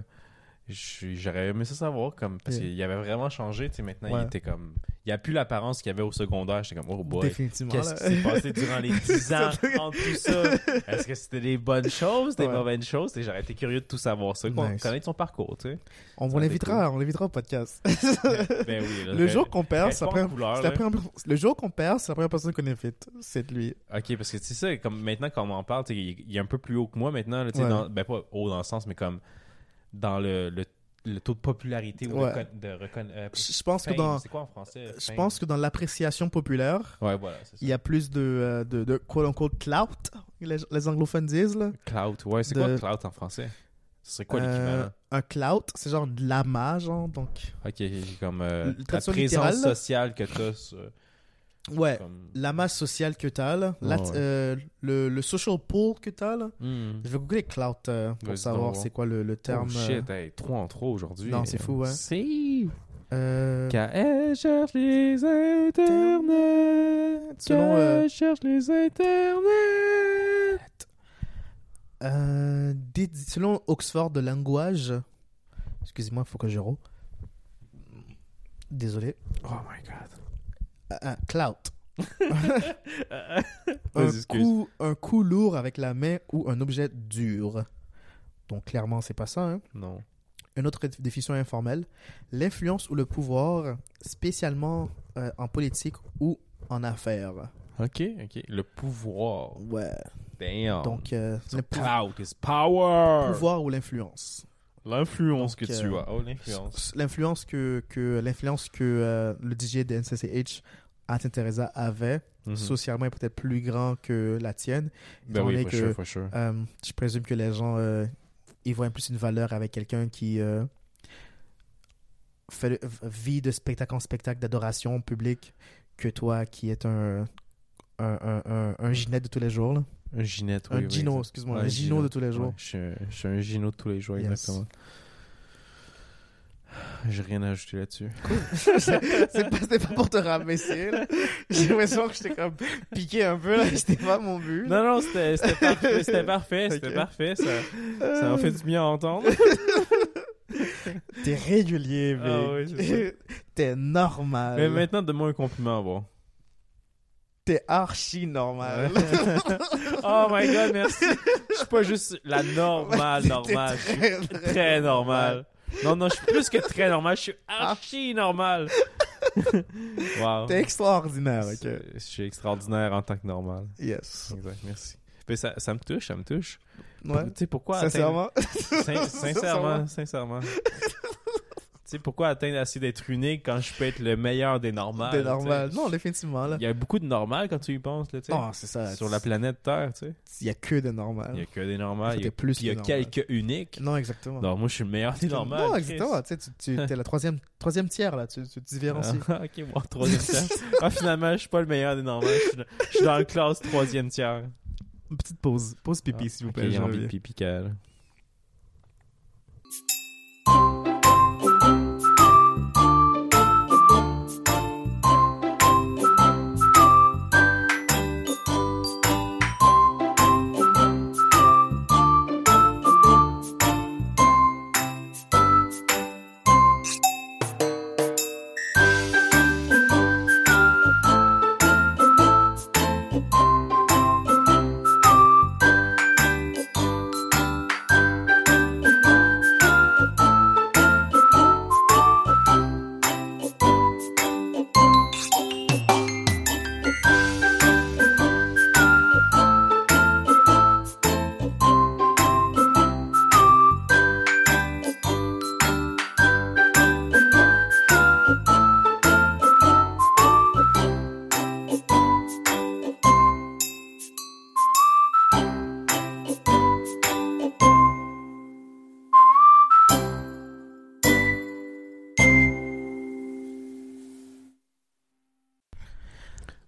Speaker 2: je- J'aurais aimé ça savoir, comme, parce
Speaker 1: Yeah.
Speaker 2: qu'il avait vraiment changé, tu sais, maintenant,
Speaker 1: Ouais.
Speaker 2: il était comme... Il n'y a plus l'apparence qu'il y avait au secondaire. J'étais comme, oh boy,
Speaker 1: Définitivement.
Speaker 2: qu'est-ce
Speaker 1: là.
Speaker 2: qui s'est passé durant
Speaker 1: (laughs)
Speaker 2: les 10 ans entre tout ça? Est-ce que c'était des bonnes choses, des
Speaker 1: Ouais.
Speaker 2: mauvaises choses? Et J'aurais été curieux de tout savoir ça, qu'on
Speaker 1: Nice.
Speaker 2: connaître son parcours, tu sais.
Speaker 1: (laughs) On, on
Speaker 2: Ça va être
Speaker 1: l'invitera, on l'invitera au podcast.
Speaker 2: ben oui. là,
Speaker 1: le
Speaker 2: je-
Speaker 1: jour qu'on perd,
Speaker 2: reste
Speaker 1: c'est la
Speaker 2: pas en
Speaker 1: première-
Speaker 2: couleur,
Speaker 1: c'est la
Speaker 2: là.
Speaker 1: première- le jour qu'on perd, c'est la première personne qu'on invite, c'est de lui.
Speaker 2: Ok, parce que c'est ça, comme maintenant quand on en parle, tu sais, il, il est un peu plus haut que moi maintenant, là, tu sais,
Speaker 1: Ouais.
Speaker 2: dans- ben pas haut dans le sens, mais comme dans le, le, le taux de popularité ou
Speaker 1: Ouais.
Speaker 2: de, con- de reconna- euh,
Speaker 1: Je je pense que
Speaker 2: fame,
Speaker 1: dans,
Speaker 2: C'est quoi en français?
Speaker 1: je pense que dans l'appréciation populaire,
Speaker 2: Ouais, voilà, c'est ça.
Speaker 1: il y a plus de euh, de, de quote unquote clout, les, les anglophones disent là.
Speaker 2: Clout, ouais, c'est
Speaker 1: de-
Speaker 2: quoi clout en français? Ce serait quoi
Speaker 1: Euh,
Speaker 2: l'équivalent?
Speaker 1: Un clout, c'est genre de l'amas, genre donc.
Speaker 2: Ok, ok, comme euh,
Speaker 1: le
Speaker 2: la
Speaker 1: traduction
Speaker 2: présence
Speaker 1: littérale, là. Euh,
Speaker 2: sociale que t'as. sur-
Speaker 1: Ouais,
Speaker 2: comme-
Speaker 1: l'amas social que t'as là, la-
Speaker 2: Ouais, Ah ouais.
Speaker 1: euh, le, le social pool que t'as là.
Speaker 2: Hmm.
Speaker 1: Je vais googler clout euh, pour
Speaker 2: Vas-y, donc,
Speaker 1: savoir
Speaker 2: voir.
Speaker 1: c'est quoi le, le terme.
Speaker 2: Oh
Speaker 1: euh,
Speaker 2: shit, hey, 3 en 3 aujourd'hui.
Speaker 1: Non, c'est fou, ouais.
Speaker 2: C'est.
Speaker 1: euh,
Speaker 2: elle cherche les internets.
Speaker 1: Selon, euh,
Speaker 2: Qu'elle cherche les internets.
Speaker 1: Euh, dé- selon Oxford de langouage, excusez-moi, il faut que je roule. Désolé.
Speaker 2: Oh my god.
Speaker 1: Un clout. un,
Speaker 2: (laughs) Vas-y, excuse.
Speaker 1: coup, un coup lourd avec la main ou un objet dur. Donc clairement, c'est pas ça. hein.
Speaker 2: Non.
Speaker 1: Une autre dé- définition informelle, l'influence ou le pouvoir, spécialement euh, en politique ou en affaires.
Speaker 2: Ok, ok. Le pouvoir.
Speaker 1: Ouais.
Speaker 2: Damn.
Speaker 1: Donc euh,
Speaker 2: So
Speaker 1: le pou-
Speaker 2: clout is power.
Speaker 1: pouvoir ou l'influence.
Speaker 2: L'influence que
Speaker 1: Donc,
Speaker 2: tu
Speaker 1: euh,
Speaker 2: as. Oh, l'influence.
Speaker 1: S- L'influence que, que, l'influence que euh, le DJ de NCCH à Saint Teresa avait,
Speaker 2: Mhm.
Speaker 1: socialement, est peut-être plus grand que la tienne.
Speaker 2: Ben
Speaker 1: étant
Speaker 2: oui,
Speaker 1: donné
Speaker 2: for
Speaker 1: que-
Speaker 2: sure, for sure.
Speaker 1: Euh, je présume que les gens, euh, ils voient plus une valeur avec quelqu'un qui euh, fait, euh, vit de spectacle en spectacle, d'adoration publique, que toi qui es un, un, un, un, un ginet de tous les jours. là.
Speaker 2: Un ginette, oui.
Speaker 1: un
Speaker 2: oui,
Speaker 1: gino,
Speaker 2: exact.
Speaker 1: excuse-moi,
Speaker 2: Ouais,
Speaker 1: un gino de tous les jours.
Speaker 2: Ouais, je, suis un, je suis un gino de tous les jours,
Speaker 1: Yes.
Speaker 2: exactement. (laughs) J'ai rien à ajouter là-dessus.
Speaker 1: c'est pas, c'était pas pour te rabaisser. là. J'ai l'impression que j'étais comme piqué un peu. là. C'était pas mon but.
Speaker 2: Non, non, c'était c'était parfait, c'était parfait, c'était
Speaker 1: Ok.
Speaker 2: parfait. Ça ça m'a fait du bien à entendre.
Speaker 1: T'es régulier, mec.
Speaker 2: Ah oui, c'est
Speaker 1: (laughs) T'es normal.
Speaker 2: Mais maintenant, donne-moi un compliment à (laughs) voir.
Speaker 1: T'es archi normal.
Speaker 2: Oh my god, merci. Je suis pas juste
Speaker 1: (laughs)
Speaker 2: la normale, normale. Je suis très normale. Non, non, je suis plus que très normal. Je suis archi (laughs) normal. Wow.
Speaker 1: T'es extraordinaire, ok.
Speaker 2: C'est- Je suis extraordinaire en tant que normal.
Speaker 1: Yes.
Speaker 2: Exact, merci. Mais ça, ça me touche, ça me touche.
Speaker 1: Ouais.
Speaker 2: Tu sais pourquoi atteindre-
Speaker 1: Sincèrement. (laughs)
Speaker 2: Sin- sincèrement, sincèrement. tu sais pourquoi atteindre assez d'être unique quand je peux être le meilleur des normales
Speaker 1: T'es
Speaker 2: tu sais?
Speaker 1: normal. Non, définitivement, là.
Speaker 2: Il y a beaucoup de normales quand tu y penses là, tu sais.
Speaker 1: Non, c'est ça.
Speaker 2: Sur la planète Terre, tu sais.
Speaker 1: Il y a que de
Speaker 2: Il y a
Speaker 1: normal.
Speaker 2: que des normales. Il y a,
Speaker 1: T'es plus
Speaker 2: puis il y a
Speaker 1: que normal.
Speaker 2: quelques uniques.
Speaker 1: Non, exactement.
Speaker 2: Non, moi, je suis le meilleur des normales.
Speaker 1: Non,
Speaker 2: Chris.
Speaker 1: exactement. Tu sais, tu- tu- t'es la troisième, troisième tiers, là. Tu, tu te différencies.
Speaker 2: Ah, (laughs) ok, bon,
Speaker 1: (laughs)
Speaker 2: troisième tiers. Ah, finalement, je suis pas le meilleur des normales. Je suis dans- je suis dans la classe troisième tiers.
Speaker 1: Une petite pause. Pause pipi,
Speaker 2: Ah,
Speaker 1: s'il vous
Speaker 2: ok,
Speaker 1: plaît.
Speaker 2: j'ai
Speaker 1: je
Speaker 2: envie de
Speaker 1: reviens.
Speaker 2: pipi, Kael.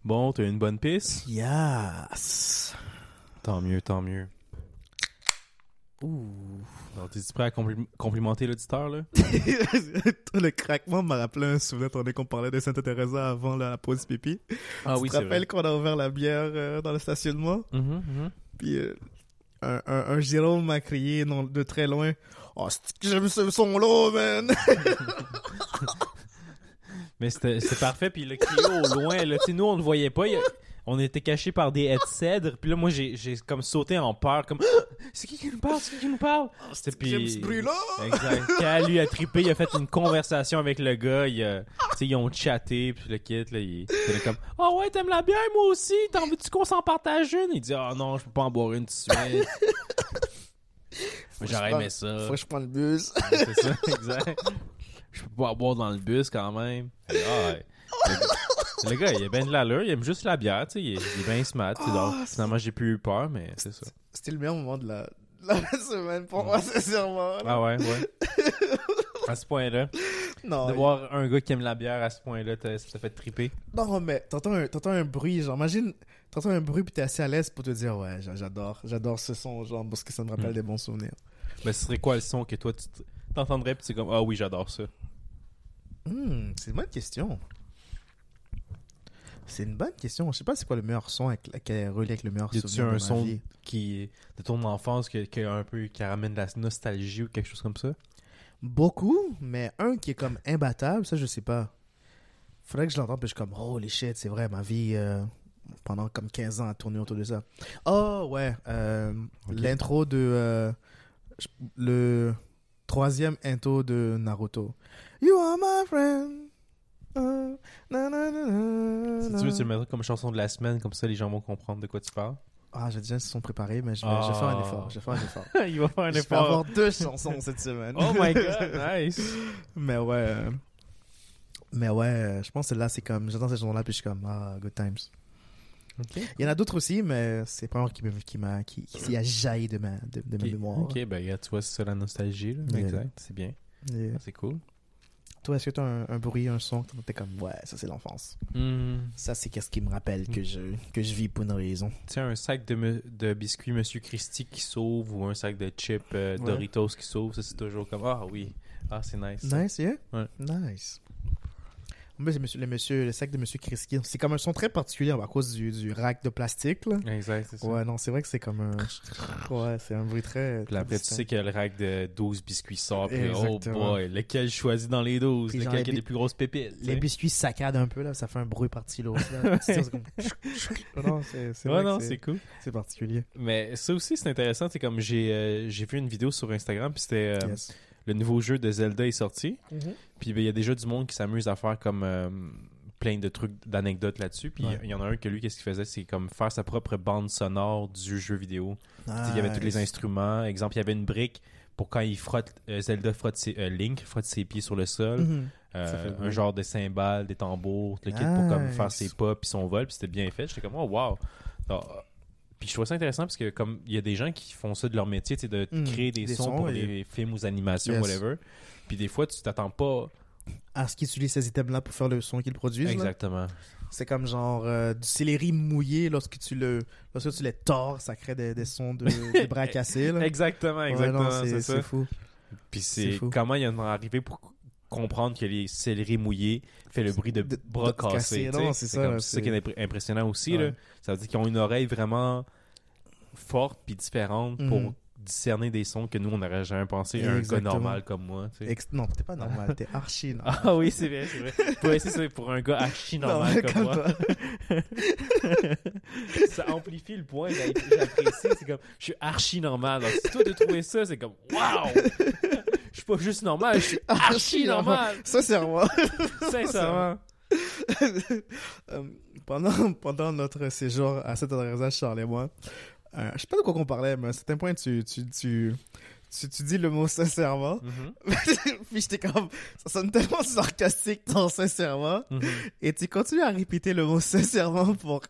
Speaker 2: Bon, t'as une bonne piste?
Speaker 1: Yes! (laughs)
Speaker 2: Tant mieux, tant mieux.
Speaker 1: Ouh.
Speaker 2: Alors, t'es-tu prêt à compli- complimenter l'auditeur, là?
Speaker 1: le craquement m'a rappelé un souvenir tandis qu'on parlait de Saint-Teresa avant la, la pause pipi.
Speaker 2: Ah
Speaker 1: tu te rappelles qu'on a ouvert la bière euh, dans le stationnement?
Speaker 2: Mhm, mhm.
Speaker 1: Puis euh, un, un, un Jérôme m'a crié non- de très loin Oh, c'est que j'aime ce son-là, man
Speaker 2: Mais c'était c'était parfait, puis le criot au loin, là, tu sais, nous, on le voyait pas, il y a- on était cachés par des haies de cèdre, puis là, moi, j'ai j'ai comme sauté en peur, comme (gasps) Ah! C'est qui qui nous parle? Ah, C'est qui qui nous parle? » C'était puis...
Speaker 1: J'aime ce bruit-là
Speaker 2: Exact. Quand lui a trippé, il a fait une conversation avec le gars, il a- tu sais, ils ont chatté, puis le kit, là, il était là comme « Ah ouais, t'aimes la bière, moi aussi? T'en veux-tu qu'on s'en partage une? » Il dit « Ah non, je peux pas en boire une tout
Speaker 1: (laughs)
Speaker 2: de suite. Mais
Speaker 1: que
Speaker 2: J'aurais
Speaker 1: je
Speaker 2: aimé
Speaker 1: parle.
Speaker 2: ça.
Speaker 1: Faut que je prenne le bus. (laughs)
Speaker 2: Ouais, C'est ça, (laughs) exact. Je peux pas boire dans le bus quand même. Ah ouais. Le, le gars, il a bien de l'allure, il aime juste la bière, tu sais, il, est- il est bien smart. tu sais, donc,
Speaker 1: Ah,
Speaker 2: finalement, j'ai plus eu peur, mais c'est ça.
Speaker 1: C'était le meilleur moment de la, de la (laughs) semaine pour moi, sincèrement.
Speaker 2: Mm. Ah ouais, ouais. À ce point-là,
Speaker 1: non,
Speaker 2: de voir un gars qui aime la bière à ce point-là, t'as- ça t'a fait triper.
Speaker 1: non, mais t'entends un, t'entends un bruit, genre, imagine, t'entends un bruit puis t'es assez à l'aise pour te dire, ouais, j'a- j'adore, j'adore ce son, genre, parce que ça me rappelle
Speaker 2: Mm.
Speaker 1: des bons souvenirs.
Speaker 2: Mais ce serait quoi le son que toi, tu t- t'entendrais, puis c'est comme, ah oui, j'adore ça.
Speaker 1: Hmm, c'est une bonne question. C'est une bonne question. Je sais pas c'est quoi le meilleur son avec, qui est relié avec le meilleur
Speaker 2: Y a-tu
Speaker 1: souvenir de
Speaker 2: un
Speaker 1: ma
Speaker 2: son
Speaker 1: vie.
Speaker 2: qui est de ton enfance que- qui, a un peu, qui ramène de la nostalgie ou quelque chose comme ça?
Speaker 1: Beaucoup, mais un qui est comme imbattable, ça je sais pas. Faudrait que je l'entende, puis je suis comme, oh les shit, c'est vrai, ma vie euh, pendant comme 15 ans a tourné autour de ça. Oh ouais, euh,
Speaker 2: Ok.
Speaker 1: l'intro de. euh, je- le troisième intro de Naruto. You are my friend. Uh, na, na, na, na,
Speaker 2: Si
Speaker 1: na.
Speaker 2: tu veux, tu le mettrais comme chanson de la semaine, comme ça les gens vont comprendre de quoi tu parles.
Speaker 1: Ah, j'ai déjà ils se sont préparés, mais je vais, je vais faire un effort. Je vais faire un effort.
Speaker 2: (laughs) Il va faire Ah. un
Speaker 1: je vais avoir deux chansons cette semaine.
Speaker 2: Oh
Speaker 1: (laughs)
Speaker 2: my god, nice.
Speaker 1: mais ouais. euh, Mais ouais, euh, je pense que là, c'est comme. J'attends cette chanson-là, puis je suis comme. Ah, good times.
Speaker 2: Ok.
Speaker 1: Il y en a d'autres aussi, mais c'est pas un qui, me- qui, m'a- qui, qui a jailli de ma, de, de ma mémoire.
Speaker 2: Ok, ben regarde, tu vois, c'est ça la nostalgie. Là.
Speaker 1: Yeah.
Speaker 2: Exact, c'est bien.
Speaker 1: Et
Speaker 2: C'est cool.
Speaker 1: Toi, est-ce que t'as un, un bruit, un son que t'es comme. Ouais, ça, c'est l'enfance.
Speaker 2: Hmm.
Speaker 1: Ça, c'est qu'est-ce qui me rappelle que je, que je vis pour une raison.
Speaker 2: Tu sais, un sac de, me- de biscuits Monsieur Christie qui s'ouvre ou un sac de chips euh,
Speaker 1: Ouais.
Speaker 2: Doritos qui s'ouvre, ça c'est toujours comme Ah oui, ah c'est nice. ça.
Speaker 1: Nice, yeah?
Speaker 2: Ouais.
Speaker 1: Nice. En plus, le, monsieur, le, monsieur- le sac de Monsieur Krisky, c'est comme un son très particulier à cause du, du rack de plastique. Là.
Speaker 2: Exact, c'est ça.
Speaker 1: Ouais, non, c'est vrai que c'est comme un. Ouais, c'est un bruit très.
Speaker 2: Puis après, tu sais qu'il y a le rack de 12 biscuits sort, puis oh
Speaker 1: Exactement.
Speaker 2: boy, lequel je choisis dans les 12,
Speaker 1: Puis genre
Speaker 2: lequel qui a
Speaker 1: les
Speaker 2: les
Speaker 1: bi-
Speaker 2: plus grosses pépites. tu
Speaker 1: Les
Speaker 2: sais.
Speaker 1: biscuits saccadent un peu, là, ça fait un bruit particulier.
Speaker 2: (laughs)
Speaker 1: là. Tu sais, c'est comme- non, c'est c'est vrai
Speaker 2: Ouais,
Speaker 1: que
Speaker 2: non,
Speaker 1: c'est-
Speaker 2: c'est cool.
Speaker 1: c'est particulier.
Speaker 2: Mais ça aussi, c'est intéressant. C'est comme j'ai euh, j'ai vu une vidéo sur Instagram, puis c'était euh,
Speaker 1: Yes.
Speaker 2: le nouveau jeu de Zelda est sorti.
Speaker 1: mm-hmm.
Speaker 2: Puis ben, il y a déjà du monde qui s'amuse à faire comme euh, plein de trucs, d'anecdotes là-dessus. Puis il y-
Speaker 1: Ouais.
Speaker 2: il y en a un que lui, qu'est-ce qu'il faisait C'est comme faire sa propre bande sonore du jeu vidéo. Tu sais, Il y
Speaker 1: Ah,
Speaker 2: avait tous les
Speaker 1: Nice.
Speaker 2: instruments. Exemple, il y avait une brique pour quand il frotte, euh, Zelda frotte ses, euh, Link frotte ses pieds sur le sol.
Speaker 1: Mhm.
Speaker 2: Euh,
Speaker 1: Ça fait le
Speaker 2: un
Speaker 1: bruit.
Speaker 2: genre de cymbales, des tambours, le kit pour comme
Speaker 1: Nice.
Speaker 2: faire ses pas puis son vol, puis c'était bien fait. J'étais comme oh wow. Alors, euh, puis je trouvais ça intéressant parce que comme il y a des gens qui font ça de leur métier, tu sais, de
Speaker 1: Mm,
Speaker 2: créer des,
Speaker 1: des
Speaker 2: sons,
Speaker 1: sons
Speaker 2: pour
Speaker 1: et-
Speaker 2: des films ou animations,
Speaker 1: Yes.
Speaker 2: whatever. Puis des fois tu t'attends pas
Speaker 1: À ce qu'ils utilisent ces items-là pour faire le son qu'ils produisent. là.
Speaker 2: exactement.
Speaker 1: C'est comme genre euh, du céleri mouillé lorsque tu le lorsque tu les tords, ça crée des, des sons de, de
Speaker 2: (laughs)
Speaker 1: bras cassés. là.
Speaker 2: Exactement,
Speaker 1: Ouais,
Speaker 2: exactement,
Speaker 1: non,
Speaker 2: c'est ça.
Speaker 1: c'est fou.
Speaker 2: Puis
Speaker 1: c'est
Speaker 2: c'est
Speaker 1: fou.
Speaker 2: comment ils en ont arrivé pour comprendre que les céleri mouillés fait le bruit de,
Speaker 1: De-
Speaker 2: bras
Speaker 1: de- de casser,
Speaker 2: cassés. tu
Speaker 1: non, c'est
Speaker 2: sais. C'est
Speaker 1: ça,
Speaker 2: comme-
Speaker 1: là,
Speaker 2: c'est ça
Speaker 1: c'est-
Speaker 2: qui est impr- impressionnant aussi.
Speaker 1: Ouais.
Speaker 2: Là. Ça veut dire qu'ils ont une oreille vraiment forte puis différente pour
Speaker 1: Mhm.
Speaker 2: discerner des sons que nous, on n'aurait jamais pensé à un gars
Speaker 1: Exactement.
Speaker 2: normal comme moi. tu sais.
Speaker 1: Ex- non, t'es pas normal, t'es
Speaker 2: (laughs)
Speaker 1: archi normal.
Speaker 2: Ah oui, c'est vrai, c'est vrai. Ouais, c'est ça, pour un gars archi Ah, normal
Speaker 1: Non,
Speaker 2: comme,
Speaker 1: comme
Speaker 2: moi.
Speaker 1: toi. (laughs)
Speaker 2: ça amplifie le point, j'a- j'apprécie. C'est comme, je suis archi normal. Alors, si toi, de trouver ça, c'est comme, waouh! Je suis pas juste normal,
Speaker 1: (laughs)
Speaker 2: je suis archi normal,
Speaker 1: Sincèrement.
Speaker 2: sincèrement.
Speaker 1: Euh, pendant, (laughs) pendant notre séjour à cette adresse, Charles et moi, euh, je sais pas de quoi qu'on parlait, mais à un certain point, tu, tu, tu, tu, tu dis le mot sincèrement.
Speaker 2: Mhm,
Speaker 1: (laughs) Puis j'étais comme, ça sonne tellement sarcastique dans sincèrement.
Speaker 2: mhm.
Speaker 1: Et tu continues à répéter le mot sincèrement pour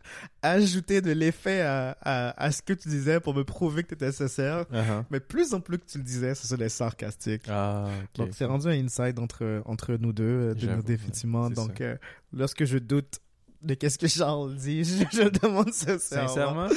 Speaker 1: ajouter de l'effet à, à, à ce que tu disais pour me prouver que tu étais sincère.
Speaker 2: Uh-huh.
Speaker 1: Mais plus en plus que tu le disais, ça sonnait sarcastique.
Speaker 2: Ah, ok.
Speaker 1: Donc, c'est rendu un inside entre, entre nous deux, euh, de nos
Speaker 2: J'avoue,
Speaker 1: défaitements.
Speaker 2: c'est
Speaker 1: Donc, euh, lorsque je doute de qu'est-ce que Charles dit. (laughs) Je, je le demande sincèrement. (laughs)
Speaker 2: Sincèrement,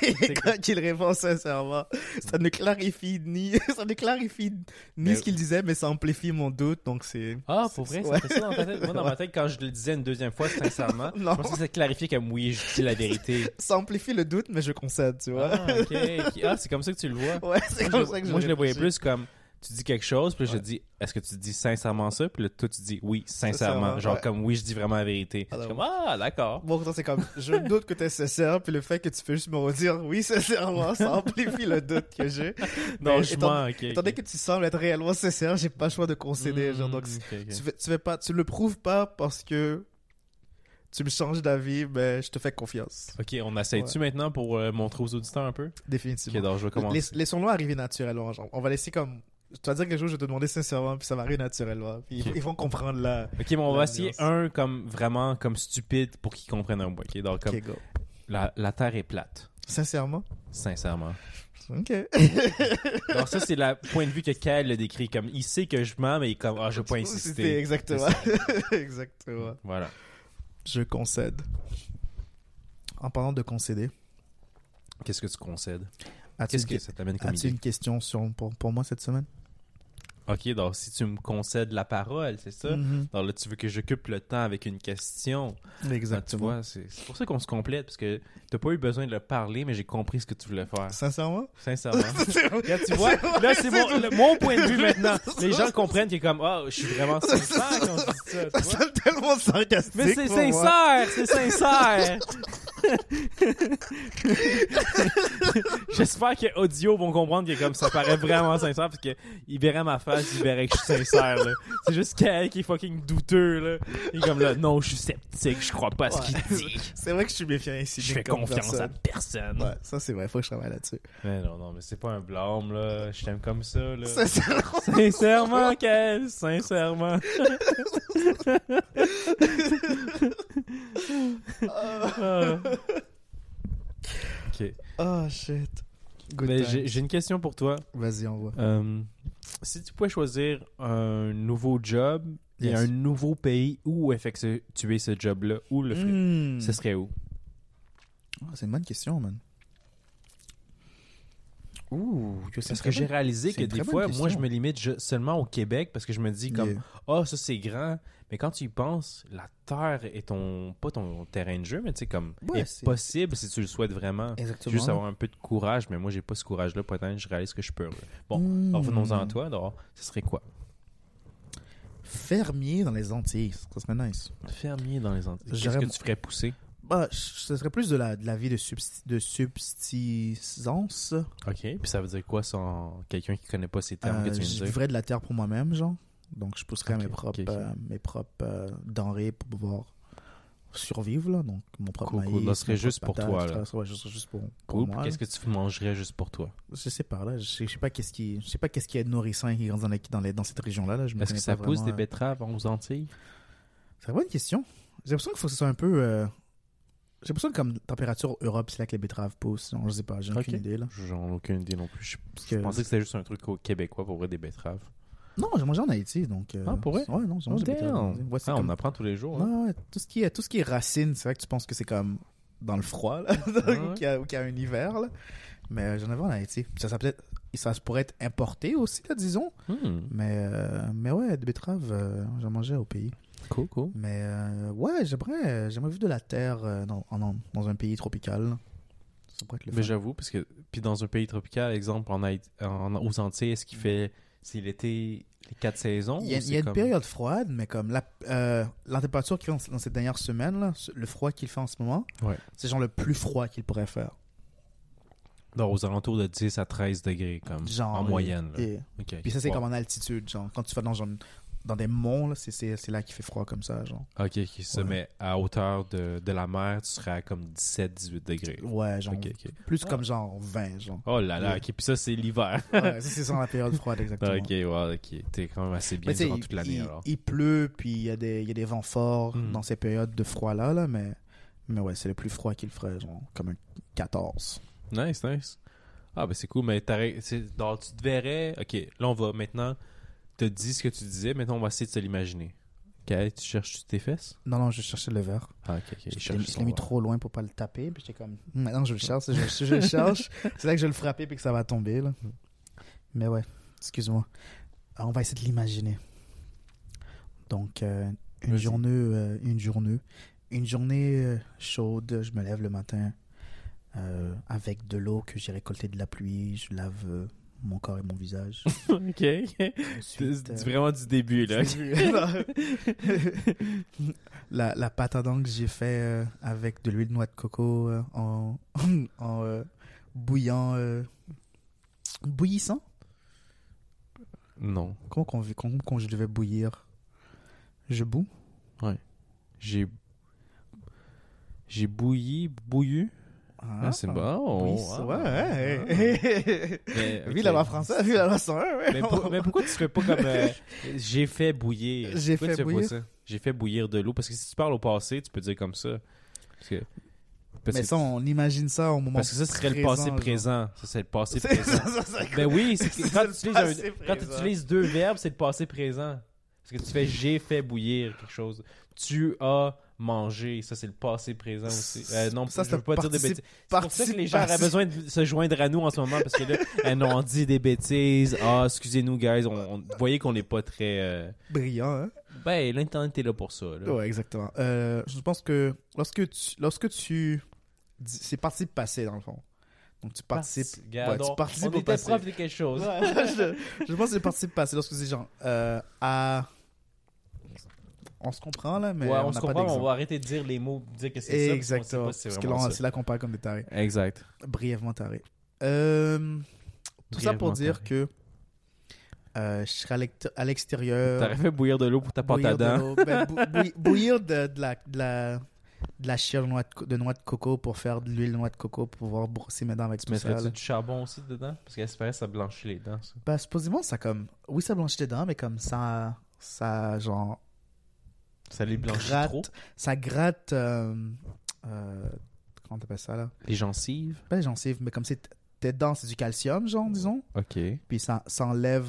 Speaker 1: Et quand il répond sincèrement, ça ne clarifie ni, (laughs) ça ne clarifie ni
Speaker 2: Mais-
Speaker 1: ce qu'il disait, mais ça amplifie mon doute, donc c'est...
Speaker 2: Ah, pour vrai,
Speaker 1: Ouais.
Speaker 2: ça fait ça dans ta tête. Moi, dans ma tête, quand je le disais une deuxième fois, sincèrement,
Speaker 1: (laughs) Non.
Speaker 2: je pensais que c'était clarifié comme oui, je dis la vérité.
Speaker 1: Ça amplifie le doute, mais je concède, tu vois.
Speaker 2: Ah, ok. ok. Ah, c'est comme ça que tu le vois.
Speaker 1: (laughs) Ouais, c'est
Speaker 2: Moi,
Speaker 1: comme
Speaker 2: je,
Speaker 1: ça que
Speaker 2: moi, je le voyais
Speaker 1: réfléchis.
Speaker 2: plus comme tu dis quelque chose, puis là, je dis est-ce que tu dis sincèrement ça Puis là, toi, tu dis oui, sincèrement.
Speaker 1: Sincèrement,
Speaker 2: Genre,
Speaker 1: ouais.
Speaker 2: comme oui, je dis vraiment la vérité. Je suis
Speaker 1: Alors-
Speaker 2: comme ah, d'accord.
Speaker 1: Bon, pourtant, c'est comme, je doute que t'es sincère, puis le fait que tu peux juste me redire oui, sincèrement, ça amplifie le doute que j'ai.
Speaker 2: (laughs) Non,
Speaker 1: Mais
Speaker 2: je
Speaker 1: étant-
Speaker 2: mens, ok. Hmm,
Speaker 1: Étant donné que tu sembles être réellement sincère, j'ai pas le choix de concéder, genre, donc, tu, fais, tu fais pas, tu le prouves pas parce que tu me changes d'avis, mais je te fais confiance.
Speaker 2: Ok, on essaie-tu maintenant pour euh, montrer aux auditeurs un peu Ok,
Speaker 1: Définitivement.
Speaker 2: donc, je vais
Speaker 1: Lais-
Speaker 2: commencer.
Speaker 1: Laissons-le arriver naturellement, genre. On va laisser comme, tu vas dire quelque chose, je vais te demander sincèrement, puis ça va arriver naturellement. Puis ils-
Speaker 2: Ok.
Speaker 1: ils vont comprendre là.
Speaker 2: Ok, mais on
Speaker 1: La
Speaker 2: va essayer
Speaker 1: nuance.
Speaker 2: un comme vraiment comme stupide pour qu'ils comprennent un bout. Ok, donc comme
Speaker 1: Ok, go.
Speaker 2: la- la Terre est plate.
Speaker 1: Sincèrement?
Speaker 2: Sincèrement.
Speaker 1: Ok.
Speaker 2: Alors ça, c'est le point de vue que Kyle le décrit. Comme, il sait que je mens, mais il est comme, ah, je
Speaker 1: (laughs)
Speaker 2: veux pas
Speaker 1: C'était
Speaker 2: insister.
Speaker 1: Exactement. (laughs) exactement.
Speaker 2: Voilà.
Speaker 1: Je concède. En parlant de concéder,
Speaker 2: Qu'est-ce que tu concèdes?
Speaker 1: Ah, as-tu
Speaker 2: Qu'est-ce
Speaker 1: une,
Speaker 2: que
Speaker 1: que-
Speaker 2: ça t'amène comme
Speaker 1: as-tu
Speaker 2: idée?
Speaker 1: une question sur, pour, pour moi cette semaine?
Speaker 2: Ok, donc si tu me concèdes la parole, c'est ça?
Speaker 1: Mhm.
Speaker 2: Alors là, tu veux que j'occupe le temps avec une question. Euh, Ah, tu
Speaker 1: Exactement.
Speaker 2: vois, c'est c'est pour ça qu'on se complète, parce que t'as pas eu besoin de le parler, mais j'ai compris ce que tu voulais faire. (laughs)
Speaker 1: Sincèrement?
Speaker 2: Sincèrement. Regarde, tu
Speaker 1: (laughs) C'est
Speaker 2: vois,
Speaker 1: vrai,
Speaker 2: là,
Speaker 1: c'est
Speaker 2: c'est mon,
Speaker 1: vrai.
Speaker 2: le- mon point de vue maintenant.
Speaker 1: (laughs) C'est
Speaker 2: Les
Speaker 1: vrai.
Speaker 2: gens comprennent qu'il est comme, ah, je suis vraiment sincère quand je dis ça.
Speaker 1: Ça
Speaker 2: tu vois?
Speaker 1: sonne tellement sarcastique.
Speaker 2: Mais c'est
Speaker 1: pour moi.
Speaker 2: sincère, c'est sincère. (laughs) J'espère que audio vont comprendre que comme ça paraît vraiment sincère parce que ils verraient ma face, ils verraient que je suis sincère. là. C'est juste Kyle qui est fucking douteux là. Il est comme là, non, je suis sceptique, je crois pas à ce qu'il
Speaker 1: Ouais.
Speaker 2: (laughs) dit.
Speaker 1: C'est vrai que je suis méfiant ici.
Speaker 2: Je fais
Speaker 1: comme
Speaker 2: confiance à
Speaker 1: personne.
Speaker 2: personne.
Speaker 1: Ouais, ça c'est vrai, faut que je travaille là-dessus.
Speaker 2: Mais non, non, mais c'est pas un blâme là. Je t'aime comme ça
Speaker 1: (laughs)
Speaker 2: là.
Speaker 1: Sincèrement,
Speaker 2: Sincèrement, Kyle, sincèrement. Ah. Ok.
Speaker 1: oh shit. Good
Speaker 2: Mais
Speaker 1: time.
Speaker 2: j'ai j'ai une question pour toi.
Speaker 1: Vas-y, on voit.
Speaker 2: Euh, si tu pouvais choisir un nouveau job et
Speaker 1: Yes.
Speaker 2: un nouveau pays où effectuer ce job-là, où le ferais-
Speaker 1: Hmm.
Speaker 2: ce serait où?
Speaker 1: Oh, c'est une bonne question, man. Ouh, que
Speaker 2: Parce que j'ai réalisé
Speaker 1: c'est
Speaker 2: que
Speaker 1: une
Speaker 2: des
Speaker 1: très bonne
Speaker 2: fois, moi, je
Speaker 1: question.
Speaker 2: me limite je- seulement au Québec parce que je me dis comme,
Speaker 1: Yeah.
Speaker 2: ah, ça c'est grand. Mais quand tu y penses, la terre est ton, pas ton terrain de jeu, mais tu sais, comme,
Speaker 1: Ouais,
Speaker 2: est
Speaker 1: c'est-
Speaker 2: possible si tu le souhaites vraiment.
Speaker 1: Exactement.
Speaker 2: Juste avoir un peu de courage, mais moi, j'ai pas ce courage-là. Peut-être je réalise que je peux. là. Bon,
Speaker 1: Hmm.
Speaker 2: alors, revenons-en à toi. Alors, ce serait quoi?
Speaker 1: Fermier dans les Antilles, ça serait nice.
Speaker 2: Fermier dans les Antilles. Qu'est-ce
Speaker 1: J'aurais-
Speaker 2: que tu ferais pousser?
Speaker 1: Bah, je- ce serait plus de la, de la vie de, substi- de subsistance.
Speaker 2: OK. Puis ça veut dire quoi sans quelqu'un qui connaît pas ces termes
Speaker 1: Euh,
Speaker 2: que tu viens
Speaker 1: je
Speaker 2: de dire?
Speaker 1: vivrais de la terre pour moi-même, genre. Donc, je pousserais
Speaker 2: Ok,
Speaker 1: mes propres,
Speaker 2: ok, ok.
Speaker 1: euh, mes propres euh, denrées pour pouvoir survivre, là. Donc, mon propre
Speaker 2: Cool, cool.
Speaker 1: maïs.
Speaker 2: Là, ce serait
Speaker 1: mes
Speaker 2: juste
Speaker 1: propres
Speaker 2: pour toi,
Speaker 1: patates,
Speaker 2: là.
Speaker 1: ça, ouais, juste, juste pour, euh, pour
Speaker 2: Cool.
Speaker 1: moi.
Speaker 2: Puis Qu'est-ce que tu mangerais juste pour toi?
Speaker 1: là. Je sais pas, là. Je sais, je sais pas qu'est-ce qui, je sais pas qu'est-ce qui est nourrissant et qui grandit dans, la- dans, les- dans cette région-là. Là. Je me
Speaker 2: Est-ce que
Speaker 1: connais
Speaker 2: ça
Speaker 1: pas
Speaker 2: pousse
Speaker 1: vraiment,
Speaker 2: des
Speaker 1: euh.
Speaker 2: betteraves aux Antilles?
Speaker 1: C'est une bonne question. J'ai l'impression qu'il faut que ce soit un peu. euh, J'ai l'impression que comme température Europe, c'est là que les betteraves poussent. Non, je sais pas, j'ai
Speaker 2: Ok.
Speaker 1: aucune idée là.
Speaker 2: J'en ai aucune idée non plus. Je,
Speaker 1: Parce
Speaker 2: je
Speaker 1: que-
Speaker 2: pensais que c'était juste un truc au québécois pour vrai des betteraves.
Speaker 1: Non, j'ai mangé en Haïti donc. euh,
Speaker 2: Ah, pour vrai?
Speaker 1: Ouais, non, j'ai
Speaker 2: Oh,
Speaker 1: mangé des
Speaker 2: damn.
Speaker 1: betteraves. en Haïti. Ouais, c'est
Speaker 2: Ah,
Speaker 1: comme-
Speaker 2: on apprend tous les jours. hein.
Speaker 1: Ouais, ouais, tout ce qui est tout ce qui est racine, c'est vrai que tu penses que c'est comme dans le froid là, (laughs) ou qu'il y, a- ou qu'il y a un hiver là. Mais euh, j'en avais en Haïti. Ça, ça peut-être ça pourrait être importé aussi là, disons.
Speaker 2: Hmm.
Speaker 1: Mais euh, mais ouais, des betteraves, euh, j'en mangeais au pays.
Speaker 2: Cool, cool.
Speaker 1: Mais euh, ouais, j'aimerais j'aimerais vivre de la terre euh, dans, en- dans un pays tropical. Ça pourrait être le
Speaker 2: Mais
Speaker 1: fun.
Speaker 2: j'avoue, parce que... Puis dans un pays tropical, exemple, en Haïti- en- aux Antilles, est-ce qu'il fait... C'est l'été, les quatre saisons?
Speaker 1: Il y a,
Speaker 2: ou
Speaker 1: il
Speaker 2: c'est
Speaker 1: y a une
Speaker 2: comme-
Speaker 1: période froide, mais comme la, euh, la température qu'il fait en- dans cette dernière semaine, là, ce- le froid qu'il fait en ce moment,
Speaker 2: Ouais.
Speaker 1: c'est genre le plus froid qu'il pourrait faire.
Speaker 2: Non, aux alentours de 10 à 13 degrés, comme,
Speaker 1: Genre,
Speaker 2: en
Speaker 1: oui.
Speaker 2: moyenne. là.
Speaker 1: Et,
Speaker 2: Ok.
Speaker 1: puis ça, c'est
Speaker 2: Wow.
Speaker 1: comme en altitude. Genre, quand tu vas dans, genre, dans des monts, là, c'est, c'est, c'est là qu'il fait froid comme ça. Genre.
Speaker 2: Ok, ok, c'est ça,
Speaker 1: Ouais.
Speaker 2: mais à hauteur de, de la mer, tu serais à comme 17-18 degrés.
Speaker 1: Ouais, genre,
Speaker 2: Ok, ok.
Speaker 1: plus
Speaker 2: Ah.
Speaker 1: comme genre 20. Genre.
Speaker 2: Oh là là,
Speaker 1: Ouais.
Speaker 2: ok, puis ça, c'est l'hiver.
Speaker 1: Ouais, ça, c'est sans la période froide, exactement.
Speaker 2: ok, wow, ok, t'es quand même assez bien
Speaker 1: Mais tu sais,
Speaker 2: durant
Speaker 1: il-
Speaker 2: toute l'année
Speaker 1: il,
Speaker 2: alors.
Speaker 1: il pleut, puis il y, a des- il y a des vents forts
Speaker 2: Hmm.
Speaker 1: dans ces périodes de froid-là, là, mais, mais ouais, c'est le plus froid qu'il ferait, genre comme un 14.
Speaker 2: Nice, nice. Ah, ben c'est cool, mais t'aurais- c'est- donc, tu te verrais. Ok, là, on va maintenant te dire ce que tu disais, maintenant on va essayer de se l'imaginer. Ok, tu cherches tes fesses
Speaker 1: Non, non, je cherchais le verre.
Speaker 2: Ah, ok, ok.
Speaker 1: Je
Speaker 2: il
Speaker 1: l'ai
Speaker 2: cherche
Speaker 1: mis- je
Speaker 2: son
Speaker 1: l'ai mis
Speaker 2: verre.
Speaker 1: trop loin pour pas le taper. Puis j'étais comme, Hmm, maintenant je le cherche, je, je- je le
Speaker 2: (laughs)
Speaker 1: cherche. C'est là que je vais le frapper puis que ça va tomber. Là. Mais ouais, excuse-moi. Alors, on va essayer de l'imaginer. Donc, euh, une,
Speaker 2: Vas-y.
Speaker 1: journée, euh, une journée, une journée euh, chaude. Je me lève le matin euh, avec de l'eau que j'ai récoltée de la pluie. Je lave euh, mon corps et mon
Speaker 2: (laughs)
Speaker 1: visage.
Speaker 2: ok, ok.
Speaker 1: Ensuite,
Speaker 2: C'est
Speaker 1: euh,
Speaker 2: vraiment du début, là.
Speaker 1: j'ai vu-
Speaker 2: (laughs)
Speaker 1: Non. (laughs) la, la pâte à dents que j'ai fait euh, avec de l'huile de noix de coco euh, en, (laughs) en euh, bouillant. euh, bouillissant
Speaker 2: Non.
Speaker 1: Comment qu'on quand, quand je devais bouillir Je boue
Speaker 2: J'ai. J'ai bouilli, bouillu. Ah, c'est bon.
Speaker 1: Bouillisse,
Speaker 2: ah.
Speaker 1: (laughs) ouais.
Speaker 2: Mais,
Speaker 1: hein. Vu
Speaker 2: ok.
Speaker 1: la loi française, vu la loi 101. ouais.
Speaker 2: Mais,
Speaker 1: (laughs)
Speaker 2: pour- mais pourquoi tu fais pas comme. euh, j'ai fait bouillir.
Speaker 1: J'ai
Speaker 2: Pourquoi
Speaker 1: fait
Speaker 2: tu fais pas
Speaker 1: bouillir.
Speaker 2: ça? J'ai fait bouillir de l'eau. Parce que si tu parles au passé, tu peux dire comme ça. Parce que. Parce,
Speaker 1: Mais
Speaker 2: que,
Speaker 1: ça, on imagine ça au moment
Speaker 2: parce que ça serait le passé présent. Ça, c'est le passé
Speaker 1: (laughs) C'est
Speaker 2: présent.
Speaker 1: ça, ça,
Speaker 2: Ben oui, c'est
Speaker 1: (laughs)
Speaker 2: que
Speaker 1: C'est
Speaker 2: quand
Speaker 1: le
Speaker 2: tu utilises un-
Speaker 1: passé
Speaker 2: quand tu
Speaker 1: présent.
Speaker 2: utilises deux verbes, c'est le passé présent. Parce que tu fais j'ai fait bouillir quelque chose. Tu as mangé, ça c'est le passé présent aussi. Euh, non,
Speaker 1: Ça,
Speaker 2: je
Speaker 1: c'est
Speaker 2: veux pas dire des
Speaker 1: participe-
Speaker 2: bêtises. C'est pour ça que les gens auraient
Speaker 1: participe-
Speaker 2: besoin de se joindre à nous en ce moment parce que (laughs) là, elles ont dit des bêtises. Ah, excusez-nous, guys. On, on- vous voyez qu'on n'est pas très. euh,
Speaker 1: (laughs) Brillant, hein
Speaker 2: Ben, l'internet est là pour ça. là.
Speaker 1: Ouais, exactement. Euh, je pense que lorsque tu. Lorsque tu dis- c'est participe passé, dans le fond. Donc tu participes.
Speaker 2: Regarde,
Speaker 1: ouais, tu
Speaker 2: on-
Speaker 1: participes
Speaker 2: on
Speaker 1: au
Speaker 2: était
Speaker 1: passé.
Speaker 2: prof de quelque chose.
Speaker 1: (laughs) je, je pense que c'est participe passé. Lorsque c'est genre. euh, à. On se comprend là, mais
Speaker 2: Ouais,
Speaker 1: on
Speaker 2: on,
Speaker 1: n'a
Speaker 2: se
Speaker 1: pas
Speaker 2: comprend, on
Speaker 1: d'exemple.
Speaker 2: va arrêter de dire les mots, dire que c'est ça. parce qu'on sait
Speaker 1: Exactement.
Speaker 2: pas si c'est
Speaker 1: Parce que là,
Speaker 2: vraiment
Speaker 1: on-
Speaker 2: ça.
Speaker 1: c'est là qu'on parle comme des tarés.
Speaker 2: Exact.
Speaker 1: Brièvement tarés. Euh, tout ça pour
Speaker 2: Brièvement
Speaker 1: dire
Speaker 2: tarés.
Speaker 1: que. euh, je serai à l'exté- à l'extérieur.
Speaker 2: T'aurais fait Euh, bouillir de l'eau pour ta pâte à
Speaker 1: Bouillir de
Speaker 2: dents.
Speaker 1: l'eau- ben, bou-
Speaker 2: (laughs)
Speaker 1: bouilli- bouillir de, de la de la de la chair de noix de, co- de noix de coco pour faire de l'huile de noix de coco pour pouvoir brosser mes dents avec
Speaker 2: Tu
Speaker 1: tout ça. là.
Speaker 2: mettrais-tu du charbon aussi dedans? Parce qu'elle espérait que ça blanchit les dents, ça.
Speaker 1: Ben, supposément ça comme oui ça blanchit les dents mais comme ça ça genre
Speaker 2: Ça les blanchit
Speaker 1: Gratte.
Speaker 2: trop.
Speaker 1: ça gratte euh, euh, comment t'appelles ça là
Speaker 2: Les gencives.
Speaker 1: pas les gencives mais comme c'est tes dents c'est du calcium genre disons
Speaker 2: OK.
Speaker 1: puis ça s'enlève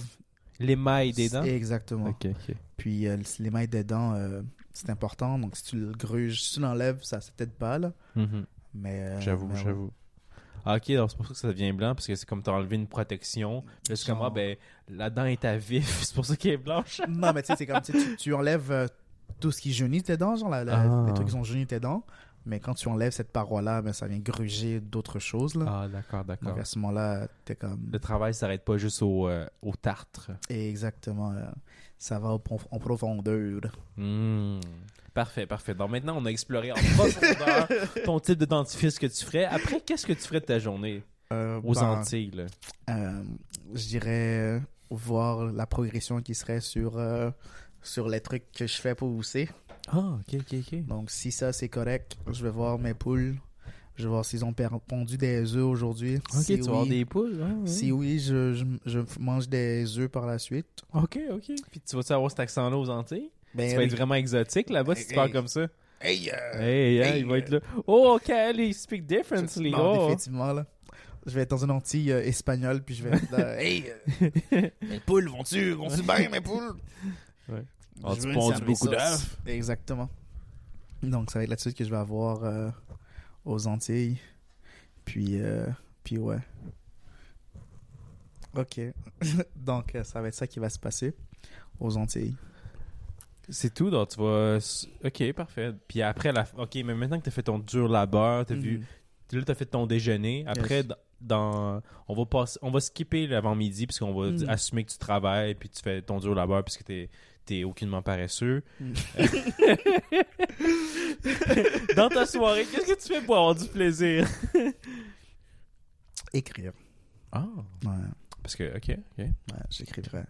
Speaker 2: L'émail des dents.
Speaker 1: exactement
Speaker 2: OK, OK.
Speaker 1: puis euh, les mailles des dents euh, c'est important donc si tu le gruges si tu l'enlèves ça c'est peut-être pas là
Speaker 2: Mhm.
Speaker 1: mais euh,
Speaker 2: J'avoue,
Speaker 1: mais ouais.
Speaker 2: j'avoue. ben Ah, OK, alors c'est pour ça que ça devient blanc, parce que c'est comme t'as enlevé une protection. Puis Là, c'est comme,
Speaker 1: Genre.
Speaker 2: ah, ben, la dent est à vif, (laughs) c'est pour ça qu'elle est blanche.
Speaker 1: Non, mais tu sais, c'est comme tu, sais, tu- tu enlèves euh, tout ce qui jaunit tes dents, genre la- la-
Speaker 2: Ah.
Speaker 1: les trucs qui ont jauni tes dents. Mais quand tu enlèves cette paroi-là, ben, ça vient gruger d'autres choses. Là.
Speaker 2: Ah, d'accord, d'accord.
Speaker 1: Donc à ce moment-là, t'es comme.
Speaker 2: Le travail s'arrête pas juste au, euh, au tartre.
Speaker 1: Exactement. euh, ça va au prof- en profondeur.
Speaker 2: Hmm. Parfait, parfait. Donc maintenant, on a exploré en (laughs) profondeur ton type de dentifrice que tu ferais. Après, qu'est-ce que tu ferais de ta journée
Speaker 1: Euh,
Speaker 2: aux
Speaker 1: ben,
Speaker 2: Antilles? là?
Speaker 1: euh, je dirais euh, voir la progression qui serait sur, euh, sur les trucs que je fais pour pousser.
Speaker 2: Ah, ok, ok, ok.
Speaker 1: Donc si ça, c'est correct, je vais voir mes poules. Je vais voir s'ils ont per- pondu des œufs aujourd'hui.
Speaker 2: Ok,
Speaker 1: Si
Speaker 2: tu vas avoir
Speaker 1: oui,
Speaker 2: des poules. hein, ouais.
Speaker 1: Si oui, je, je, je mange des œufs par la suite.
Speaker 2: Ok, ok. Puis tu vas-tu avoir cet accent-là aux Antilles?
Speaker 1: Ben,
Speaker 2: tu vas être vraiment exotique là-bas si tu parles
Speaker 1: Hey.
Speaker 2: comme ça.
Speaker 1: Hey, euh,
Speaker 2: Hey, hein,
Speaker 1: hey,
Speaker 2: il va être là. Oh, Kyle, he speak
Speaker 1: je-
Speaker 2: differently.
Speaker 1: non,
Speaker 2: oh.
Speaker 1: définitivement, là. Je vais être dans une Antille euh, espagnole, puis je vais être là. (laughs) hey, euh, (laughs) mes poules, vont-tu vont bien, mes poules?
Speaker 2: Ouais.
Speaker 1: Je
Speaker 2: Ah, tu
Speaker 1: veux une
Speaker 2: ponds du
Speaker 1: service
Speaker 2: beaucoup
Speaker 1: sauce.
Speaker 2: d'œufs.
Speaker 1: Exactement. Donc, ça va être là-dessus que je vais avoir euh, aux Antilles. Puis, euh, puis ouais. Ok. (laughs) Donc, euh, ça va être ça qui va se passer aux Antilles.
Speaker 2: C'est tout, donc tu vas. euh, Ok, parfait. Puis après, la... ok, mais maintenant que t'as fait ton dur labeur, t'as vu.
Speaker 1: Mhm.
Speaker 2: Là, t'as fait ton déjeuner. Après,
Speaker 1: Yes.
Speaker 2: dans- dans. On va, passer... on va skipper l'avant-midi, puisqu'on va
Speaker 1: Mhm.
Speaker 2: assumer que tu travailles, puis tu fais ton dur labeur, puisque t'es t'es aucunement paresseux.
Speaker 1: Mhm.
Speaker 2: (laughs) dans ta soirée, qu'est-ce que tu fais pour avoir du plaisir?
Speaker 1: Écrire.
Speaker 2: Ah,
Speaker 1: Ouais,
Speaker 2: parce que, ok, ok.
Speaker 1: ouais j'écrirai.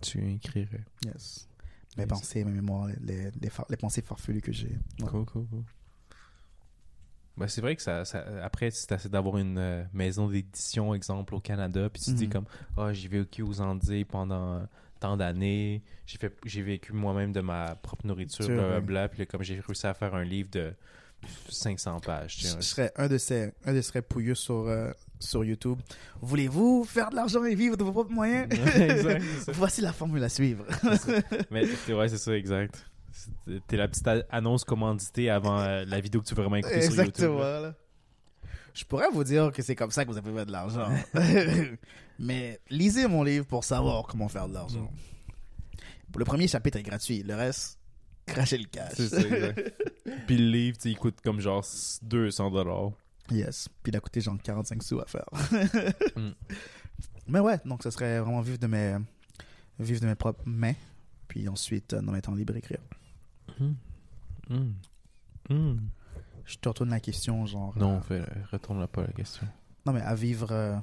Speaker 2: Tu écrirais.
Speaker 1: Yes. Mes
Speaker 2: Yes.
Speaker 1: pensées, mes mémoires, les, les, les far- les pensées farfelues que j'ai. Ouais.
Speaker 2: Cool, cool, cool. Ben, c'est vrai que ça, ça- après, si t'essaies d'avoir une euh, maison d'édition, exemple, au Canada, puis tu te dis
Speaker 1: Mhm.
Speaker 2: comme, ah, j'ai vécu aux Antilles pendant euh, tant d'années, j'ai fait, j'ai vécu moi-même de ma propre nourriture,
Speaker 1: Sûr,
Speaker 2: blablabla,
Speaker 1: ouais.
Speaker 2: puis là, comme j'ai réussi à faire un livre de 500 pages, tu
Speaker 1: Je,
Speaker 2: sais,
Speaker 1: (laughs) je serais un de ces, un de ces pouilleux sur euh, sur YouTube. Voulez-vous faire de l'argent et vivre de vos propres moyens
Speaker 2: exact. c'est ça.
Speaker 1: Voici la formule à suivre.
Speaker 2: Mais c'est ouais, c'est ça, exact. C'est- T'es la petite a- annonce commanditée avant euh, la vidéo que tu veux vraiment écouter sur
Speaker 1: Exactement.
Speaker 2: YouTube. là.
Speaker 1: là. Je pourrais vous dire que c'est comme ça que vous avez fait de
Speaker 2: (laughs)
Speaker 1: l'argent. Mais lisez mon livre pour savoir comment faire de l'argent. Le premier chapitre est gratuit. Le reste, crachez le cash.
Speaker 2: Mm. C'est ça, exact. Puis le livre, tu sais, il coûte comme genre 200 dollars.
Speaker 1: Yes. Puis il a coûté genre 45 sous à faire.
Speaker 2: (laughs) Mm.
Speaker 1: Mais ouais, donc ce serait vraiment vivre de mes, vivre de mes propres mains. Puis ensuite, euh, dans mes temps libres, écrire. Hmm. Je te retourne la question, genre. euh,
Speaker 2: Non, retourne-la pas la question.
Speaker 1: non, mais à vivre, euh,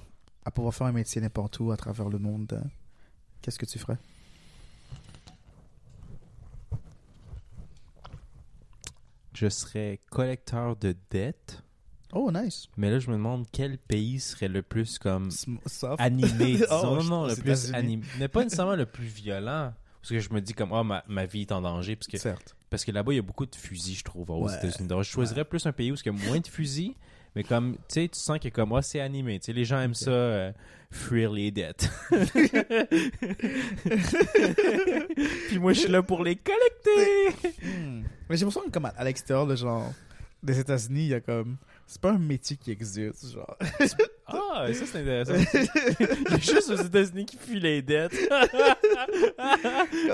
Speaker 1: à pouvoir faire un métier n'importe où à travers le monde, euh, qu'est-ce que tu ferais
Speaker 2: Je serais collecteur de dettes,
Speaker 1: Oh, nice.
Speaker 2: mais là, je me demande quel pays serait le plus comme
Speaker 1: Sm- soft.
Speaker 2: animé, disons.
Speaker 1: (laughs) Oh,
Speaker 2: non,
Speaker 1: je pense
Speaker 2: non, le
Speaker 1: aux
Speaker 2: plus
Speaker 1: États-Unis.
Speaker 2: animé. Mais pas nécessairement le plus violent. Parce que je me dis comme, ah, ma, ma vie est en danger. Parce que,
Speaker 1: Certes.
Speaker 2: parce que là-bas, il y a beaucoup de fusils, je trouve, aux
Speaker 1: Ouais.
Speaker 2: États-Unis. Donc, je choisirais plus un pays où il y a moins de fusils, mais comme, tu sais, tu sens que comme, ah, c'est animé. Tu sais, les gens aiment ça, euh, fuir
Speaker 1: (laughs)
Speaker 2: les dettes. (laughs) Puis moi, je suis là pour les collecter.
Speaker 1: Hmm. Mais j'ai l'impression que comme à, à l'extérieur, le genre des États-Unis, il y a comme c'est pas un métier qui existe, genre.
Speaker 2: Ah, ça, c'est intéressant.
Speaker 1: (laughs)
Speaker 2: il y a juste aux États-Unis qui fuient les dettes.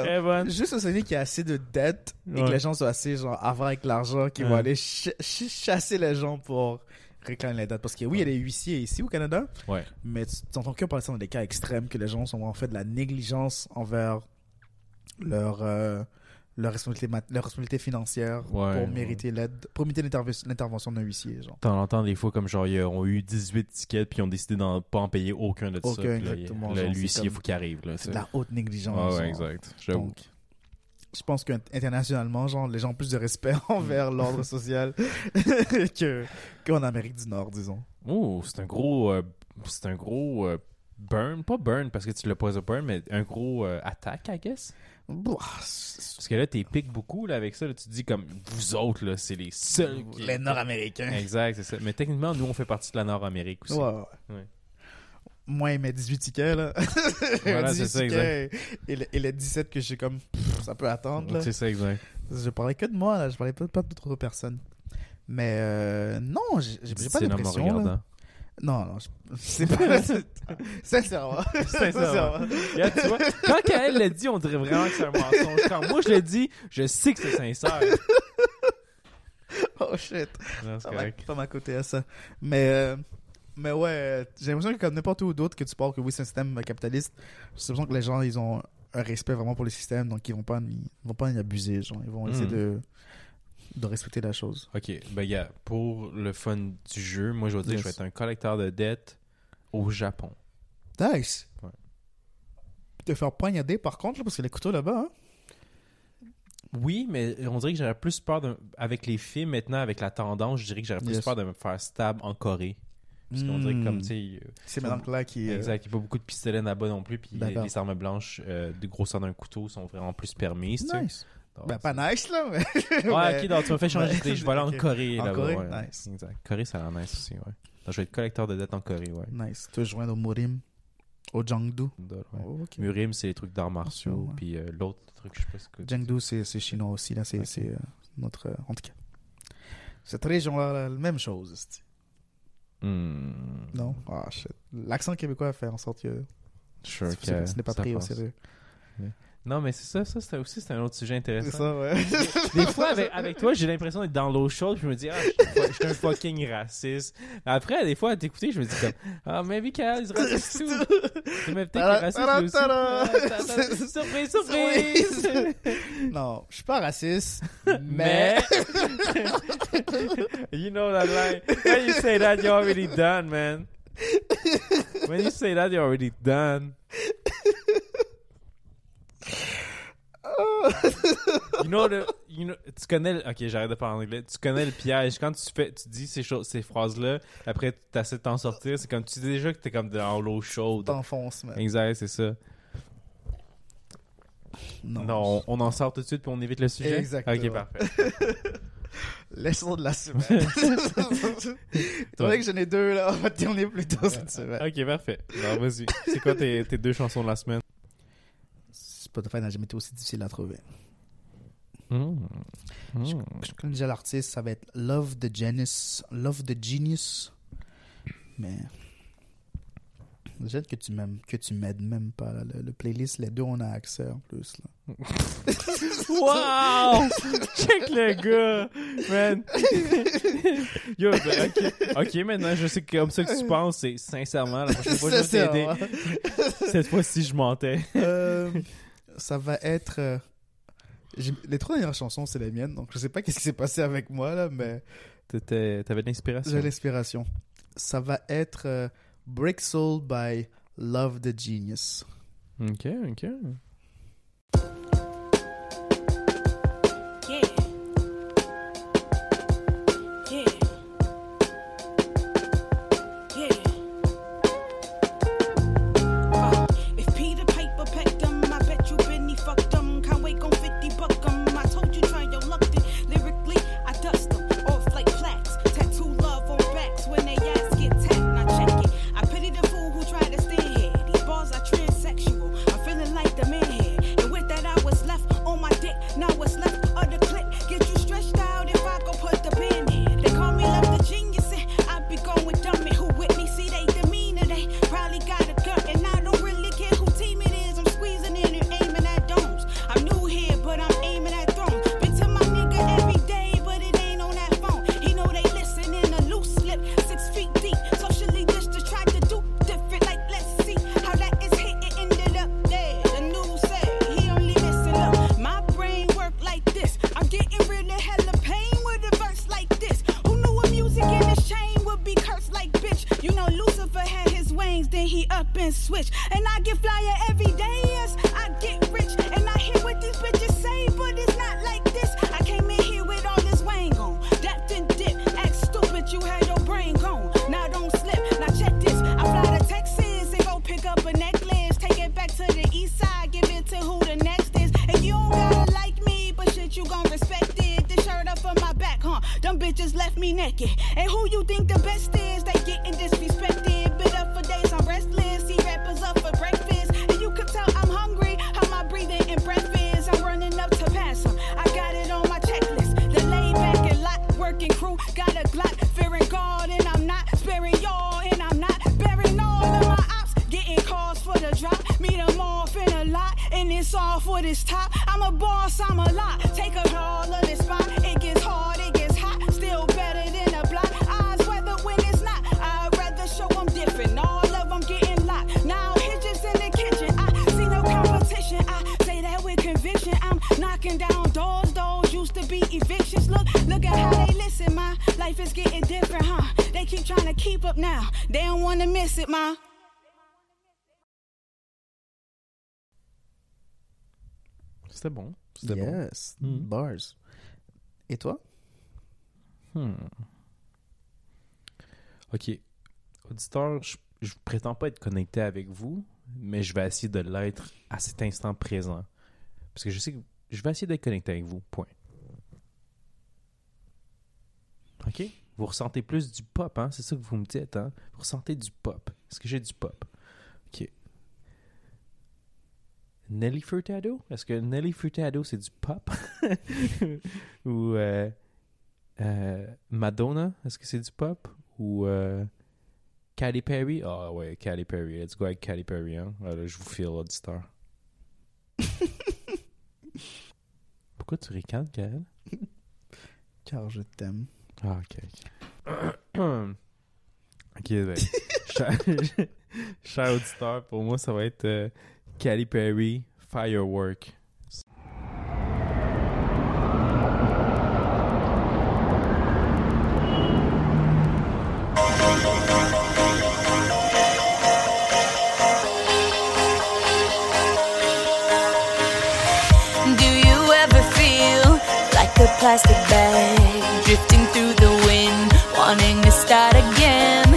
Speaker 2: Eh, bonne.
Speaker 1: Juste au Sénégal qu'il y a assez de dettes et
Speaker 2: Ouais.
Speaker 1: que les gens sont assez genre avares avec l'argent qu'ils vont
Speaker 2: Ouais.
Speaker 1: aller ch- ch- chasser les gens pour réclamer les dettes. Parce que oui, il y a des huissiers ici au Canada,
Speaker 2: Ouais.
Speaker 1: mais tu t'entends que parler dans des cas extrêmes que les gens sont en fait de la négligence envers leur euh, leur responsabilité, mat- leur responsabilité financière
Speaker 2: Ouais,
Speaker 1: pour
Speaker 2: ouais.
Speaker 1: mériter l'aide, pour mériter l'interve- l'intervention d'un huissier, genre.
Speaker 2: T'en entends des fois comme genre ils ont eu 18 tickets puis ils ont décidé d'en pas en payer aucun de
Speaker 1: Aucun,
Speaker 2: ça. Puis là,
Speaker 1: exactement,
Speaker 2: il- là,
Speaker 1: genre,
Speaker 2: lui
Speaker 1: c'est
Speaker 2: il
Speaker 1: comme-
Speaker 2: faut qu'il arrive là.
Speaker 1: C'est de la haute négligence.
Speaker 2: Ah
Speaker 1: genre.
Speaker 2: ouais, exact. J'avoue.
Speaker 1: Donc, je pense qu'internationalement, genre, les gens ont plus de respect (laughs) envers
Speaker 2: Mm.
Speaker 1: l'ordre social (laughs) que qu'en Amérique du Nord, disons.
Speaker 2: Oh, c'est un gros euh, c'est un gros euh, burn, pas burn parce que tu l'as pas au burn mais un gros euh, attaque I guess.
Speaker 1: Bouah, c'est-
Speaker 2: Parce que là t'es piques beaucoup là avec ça, là, tu te dis comme vous autres là, c'est les seuls qui-
Speaker 1: Les Nord-Américains.
Speaker 2: Exact, c'est ça. Mais techniquement nous on fait partie de la Nord-Amérique aussi.
Speaker 1: Ouais, ouais.
Speaker 2: Ouais.
Speaker 1: Moi, il met 18 tickets, là.
Speaker 2: (laughs) Voilà, c'est
Speaker 1: 18
Speaker 2: ça,
Speaker 1: tickets. Et, le- et les 17 que j'ai comme, pff, ça peut attendre, là.
Speaker 2: C'est ça exact.
Speaker 1: Je parlais que de moi, là. Je parlais peut-être pas d'autres personnes. Mais euh, non, j'ai j'ai pas
Speaker 2: Dis-le-moi en me
Speaker 1: d'impression. là.
Speaker 2: regardant.
Speaker 1: Non, non, je- (laughs) c'est
Speaker 2: (laughs)
Speaker 1: pas. Sincèrement.
Speaker 2: Sincèrement. (laughs) Regarde, tu vois, quand elle l'a dit, on dirait vraiment que c'est un mensonge. Quand moi je l'ai dit, je sais que c'est
Speaker 1: (laughs)
Speaker 2: sincère.
Speaker 1: Oh shit.
Speaker 2: Non, c'est
Speaker 1: Ça va
Speaker 2: correct.
Speaker 1: être pas ma côté à ça. Mais, euh, mais ouais, euh, j'ai l'impression que comme n'importe où d'autre que tu parles que oui, c'est un système euh, capitaliste, j'ai l'impression que les gens, ils ont un respect vraiment pour le système, donc ils vont pas, en- ils vont pas en abuser, genre. Ils vont essayer
Speaker 2: Mm.
Speaker 1: de, de respecter la chose.
Speaker 2: Ok, ben gars, pour le fun du jeu, moi je vais dire que je vais
Speaker 1: Yes.
Speaker 2: être un collecteur de dettes au Japon.
Speaker 1: Nice!
Speaker 2: Ouais.
Speaker 1: Te faire poignarder par contre, là, parce que les couteaux là-bas, hein?
Speaker 2: Oui, mais on dirait que j'aurais plus peur de... Avec les films maintenant, avec la tendance, je dirais que j'aurais plus
Speaker 1: Yes.
Speaker 2: peur de me faire stab en Corée. Parce qu'on dirait que comme,
Speaker 1: Mm.
Speaker 2: tu sais... euh,
Speaker 1: C'est madame là qui. euh,
Speaker 2: Exact, il n'y a pas beaucoup de pistolets là-bas non plus, puis les,
Speaker 1: D'accord.
Speaker 2: les armes blanches euh, de grosseur d'un couteau sont vraiment plus permises, tu sais.
Speaker 1: Nice!
Speaker 2: Donc,
Speaker 1: Ben, pas nice, là, mais.
Speaker 2: Ouais,
Speaker 1: (laughs) mais-
Speaker 2: ok, donc tu m'as fait changer
Speaker 1: Ouais.
Speaker 2: d'idée. Je vais aller en
Speaker 1: Ok.
Speaker 2: Corée.
Speaker 1: En
Speaker 2: là-bas,
Speaker 1: Corée,
Speaker 2: ouais.
Speaker 1: nice.
Speaker 2: Exact. Corée, ça a l'air nice aussi, ouais. Donc, je vais être collecteur de dettes en Corée, ouais.
Speaker 1: Nice. Te joindre au Morim, au Jiangdu.
Speaker 2: Dollar, ouais.
Speaker 1: Oh, ok.
Speaker 2: Murim, c'est les trucs d'arts martiaux.
Speaker 1: ouais.
Speaker 2: Puis euh, l'autre truc, je sais pas ce que.
Speaker 1: Jiangdu, c'est c'est chinois aussi, là, c'est
Speaker 2: Ok.
Speaker 1: c'est, euh, notre... euh, en tout cas, cette région-là, la même chose, esti.
Speaker 2: Hmm.
Speaker 1: non? Ah, shit. L'accent québécois fait en sorte que
Speaker 2: Je suis sûr
Speaker 1: c'est- c'est-
Speaker 2: que
Speaker 1: ce n'est pas
Speaker 2: ça
Speaker 1: pris au
Speaker 2: passe.
Speaker 1: sérieux.
Speaker 2: Non, mais c'est ça, ça c'était aussi c'était un autre sujet
Speaker 1: C'est
Speaker 2: intéressant.
Speaker 1: ça, ouais. (laughs)
Speaker 2: Des fois, avec, avec toi, j'ai l'impression d'être dans l'eau chaude. puis Je me dis, ah, je suis un- je suis un fucking raciste. Après, des fois, à t'écouter, je me dis comme, ah, mais Michael, il est raciste tout. Mais peut-être qu'il est
Speaker 1: Ta-da,
Speaker 2: raciste
Speaker 1: ta-da,
Speaker 2: lui aussi.
Speaker 1: ta-da.
Speaker 2: Ah, ta-da. Surprise, surprise!
Speaker 1: Surprise. non, je suis pas raciste, mais...
Speaker 2: (laughs) Mais you know that line. When you say that, you're already done, man. When you say that, you're already done. You know the, you know, tu connais. le- ok, j'arrête de parler en anglais. Tu connais le piège quand tu fais, tu dis ces choses, ces phrases là. Après, tu essaies de t'en sortir. C'est comme tu dis déjà que t'es comme dans l'eau chaude.
Speaker 1: T'enfonces, mais...
Speaker 2: Exact, c'est ça. Non, on, on en sort tout de suite puis on évite le sujet.
Speaker 1: Exactement.
Speaker 2: Ok, parfait.
Speaker 1: Leçon
Speaker 2: (laughs)
Speaker 1: de la semaine. (laughs) Étant donné que j'en ai deux, là, (laughs) on va terminer plus tôt cette semaine.
Speaker 2: Ok, parfait. Alors, vas-y. C'est quoi tes, tes deux chansons de la semaine?
Speaker 1: Spotify n'a jamais été aussi difficile à trouver.
Speaker 2: Hmm. Hmm.
Speaker 1: Je connais déjà l'artiste, ça va être Love the Genius. Love the Genius. Mais. J'aime que tu m'aimes, que tu m'aides même pas. là. Le, le playlist, les deux, on a accès en plus. Là.
Speaker 2: Wow! (laughs) Check le gars!
Speaker 1: (laughs)
Speaker 2: Man! Yo, ben, ok. Ok, maintenant, je sais que comme ça que tu penses, et sincèrement,
Speaker 1: (laughs)
Speaker 2: la prochaine fois, je vais t'aider.
Speaker 1: Sincèrement.
Speaker 2: (laughs) Cette fois-ci, je mentais.
Speaker 1: hein. Euh, ça va être. euh, j'ai- Les trois dernières chansons, c'est les miennes, donc je sais pas qu'est-ce qui s'est passé avec moi là, mais
Speaker 2: T'étais- T'avais de l'inspiration.
Speaker 1: j'ai l'inspiration. Ça va être euh, Break Soul by Love the Genius.
Speaker 2: Ok, ok.
Speaker 3: Yeah. Yeah. Yeah. Uh, if Peter Piper pecked 'em, I bet you Benny fucked 'em. Conway gon' 50 buck 'em. I told you try your luck. then Lyrically, I dust 'em off like plaques. Tattoo love on backs when they ass get tapped. Now check it. I pity the fool who tried to stand here. These bars are transsexual. I'm feeling like the man here. And with that, I was left on my dick. Now what's left of the clip get you stretched out if I go put the band in. They call me love the genius, and I be going dumb. And who with me? See, they demeanor, they probably got a gun. And I don't really care who team it is. I'm squeezing in and aiming at domes. I'm new here, but I'm aiming at thrones. Been to my nigga every day, but it ain't on that phone. He know they listening, a loose lip, six feet deep. Socially distanced, tried to do different. Like, let's see how that is hit. It ended up dead. The news said he only missing up. My brain work like this. I'm getting rid of hella pain with a verse like this. Who knew a music in his chain would be cursed like bitch? You know Lucifer had his wings, then he up and switch. And I get flyer every day as I get rich. And I hear what these bitches say, but it's not like this. I came in here with all this wang on. Depth and dip, act stupid, you had your brain gone. Now don't slip, now check this. I fly to Texas and go pick up a necklace. Take it back to the east side, give it to who the next is. And you don't gotta like me, but shit, you gon' respect it. The shirt up on my back, huh? Them bitches left me naked. And who you think the best is? They getting disrespected. Bit up for days, I'm restless. See rappers up for breakfast. And you could tell I'm hungry, how my breathing and breath is. I'm running up to pass 'em. I got it on my checklist. The laid back and lot working crew got a Glock. Fearing God, and I'm not sparing y'all, and I'm not bearing all of my ops. Getting calls for the drop, meet 'em off in a lot, and it's all for this top. I'm a boss, I'm a lot. Take a all of this spot. It gets hard, it gets hot. Still better than a block. Eyes weather when it's not. I'd rather show 'em different. All of 'em getting locked. Now hitches in the kitchen. I see no competition. I say that with conviction. I'm knocking down doors. Those used to be evictions. Look, look at how they listen, ma. Life is getting different, huh? They keep trying to keep up now. They don't wanna miss it, ma.
Speaker 2: C'était bon. C'était bon.
Speaker 1: Yes,
Speaker 2: bon. Mm.
Speaker 1: bars. Et toi
Speaker 2: Hmm. Ok. Auditeur, je, je prétends pas être connecté avec vous, mais je vais essayer de l'être à cet instant présent. Parce que je sais que je vais essayer d'être connecté avec vous. Point. Ok? Vous ressentez plus du pop, hein? C'est ça que vous me dites, hein? Vous ressentez du pop. Est-ce que j'ai du pop? Ok. Nelly Furtado? Est-ce que Nelly Furtado, c'est du pop? (laughs) Ou. euh, euh, Madonna, est-ce que c'est du pop? Ou euh, Katy Perry? Ah ouais, Katy Perry. Let's go avec Katy Perry. Hein? Ah, là, je vous file l'auditeur. (laughs) Pourquoi tu ricanes, Kael?
Speaker 1: Car je t'aime.
Speaker 2: Ah, ok. ok, (coughs) Ok, ben, cher, (laughs) cher auditeur, pour moi, ça va être euh, Katy Perry, Firework.
Speaker 4: Do you ever feel like a plastic bag drifting through the wind, wanting to start again?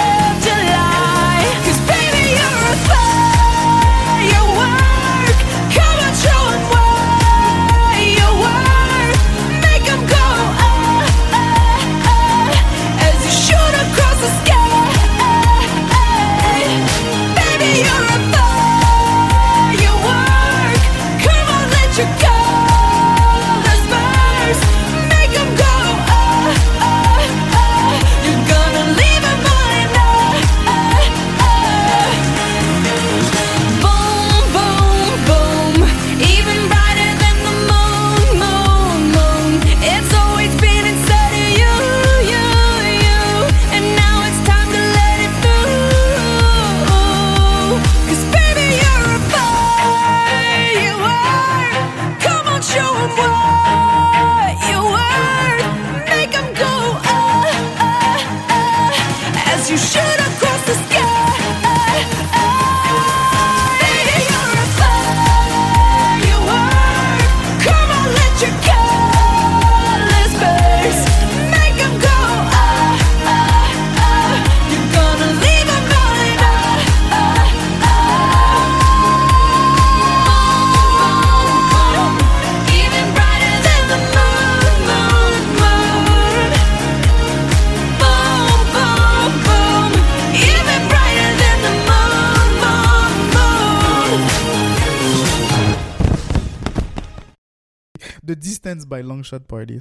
Speaker 4: July. 'Cause baby, you're a firework. Come on, show 'em why you're worth. Make 'em go ah, ah, ah, as you shoot across the sky. Baby, you're a firework. Come on, let your colors burst. Make 'em go ah, ah, ah. You're gonna leave 'em all in awe. Boom, boom, boom. Even brighter than the moon, moon, moon. It's always been inside of you, you, you. And now it's time to let it through. 'Cause baby, you're a firework. Come on, show 'em what you're worth. Make 'em go ah, ah, ah, as you shoot across the sky. Baby, you're a firework. Come on, let your colors burst. Make 'em go ah ah ah. You're gonna leave 'em all in awe. Boom, even brighter than the moon, moon, moon. Boom, boom, boom, even brighter than the moon, moon, moon.
Speaker 1: The Distance by Longshot Party.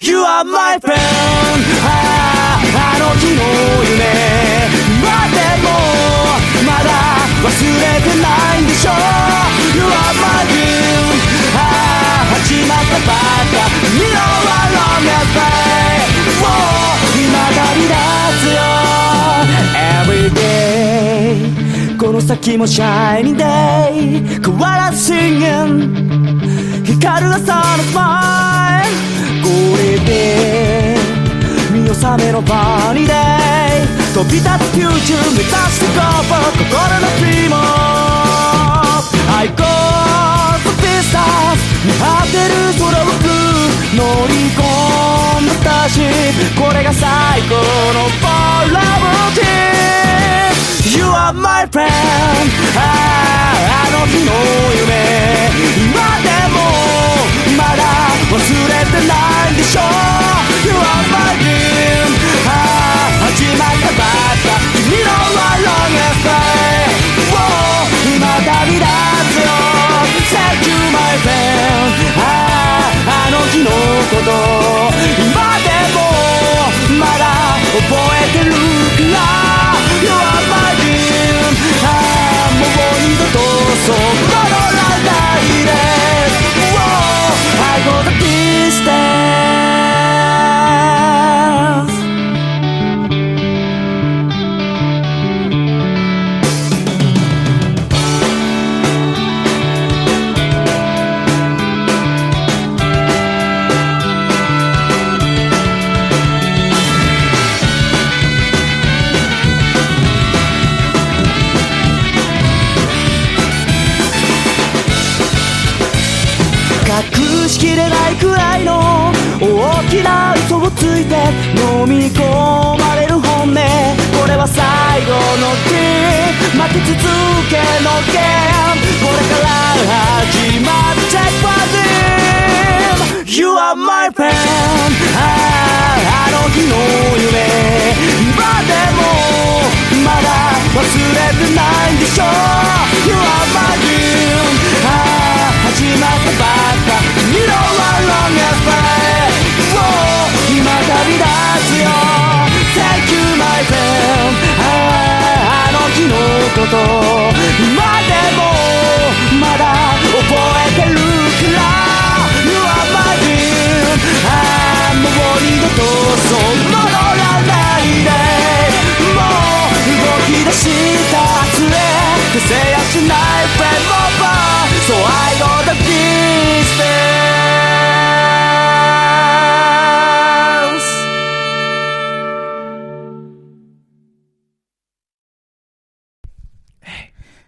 Speaker 2: You are my friend あああの日の夢までもまだ忘れてないんでしょ You are my dream ああ始まったばかり You are on the way もう今旅立つよ Everyday この先も Shiny Day 変わらず Singing 光る朝のスマイルこれで見納めのパーニーデイ飛び立つフューチュー目指していこう心のピーも I go to distance 見張ってる空を僕乗り込んだ私これが最高のボラボティ You are my friend あああの日の夢今でもまだ忘れてないんでしょ You are my dream ああ始まったばかり君の I long as I 今旅立つよ Thank you my friend あああの日のこと今でもまだ覚えてるから You are my dream ああもう二度とそこ乗らないで Whoa, I go the distance
Speaker 4: 「
Speaker 5: きれないくらいの大きな嘘をついて飲み込まれる本音これは最後の日負け続けのゲームこれから始まる Take one dream You are my friend ああの日の夢今でもまだ忘れてないんでしょ You are my dream ああ始まったばっか You know how long as fire 今旅立つよ Thank you my friend あああの日のこと今でもまだ覚えてるから You are my dream ああもう二度とそう戻らないでもう動き出した末へ消せやしない Friend over So I go the distance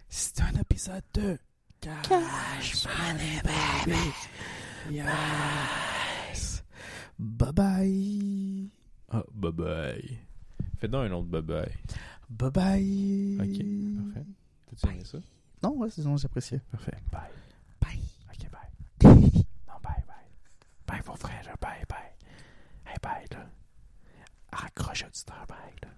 Speaker 1: C'est un épisode 2. Cash Money Baby. Yes. Bye bye.
Speaker 2: Ah, bye bye. Fais donc un autre bye bye.
Speaker 1: Bye bye.
Speaker 2: Ok,
Speaker 5: Euh,
Speaker 2: parfait. T'as-tu aimé ça?
Speaker 1: Non, ouais, c'est bon, j'apprécie.
Speaker 2: Parfait. Bye.
Speaker 1: Bye.
Speaker 2: Ok, bye. non, bye, bye. Bye, mon frère, là, bye, bye. Hey, bye, là. Raccroche, auditeur, bye, là.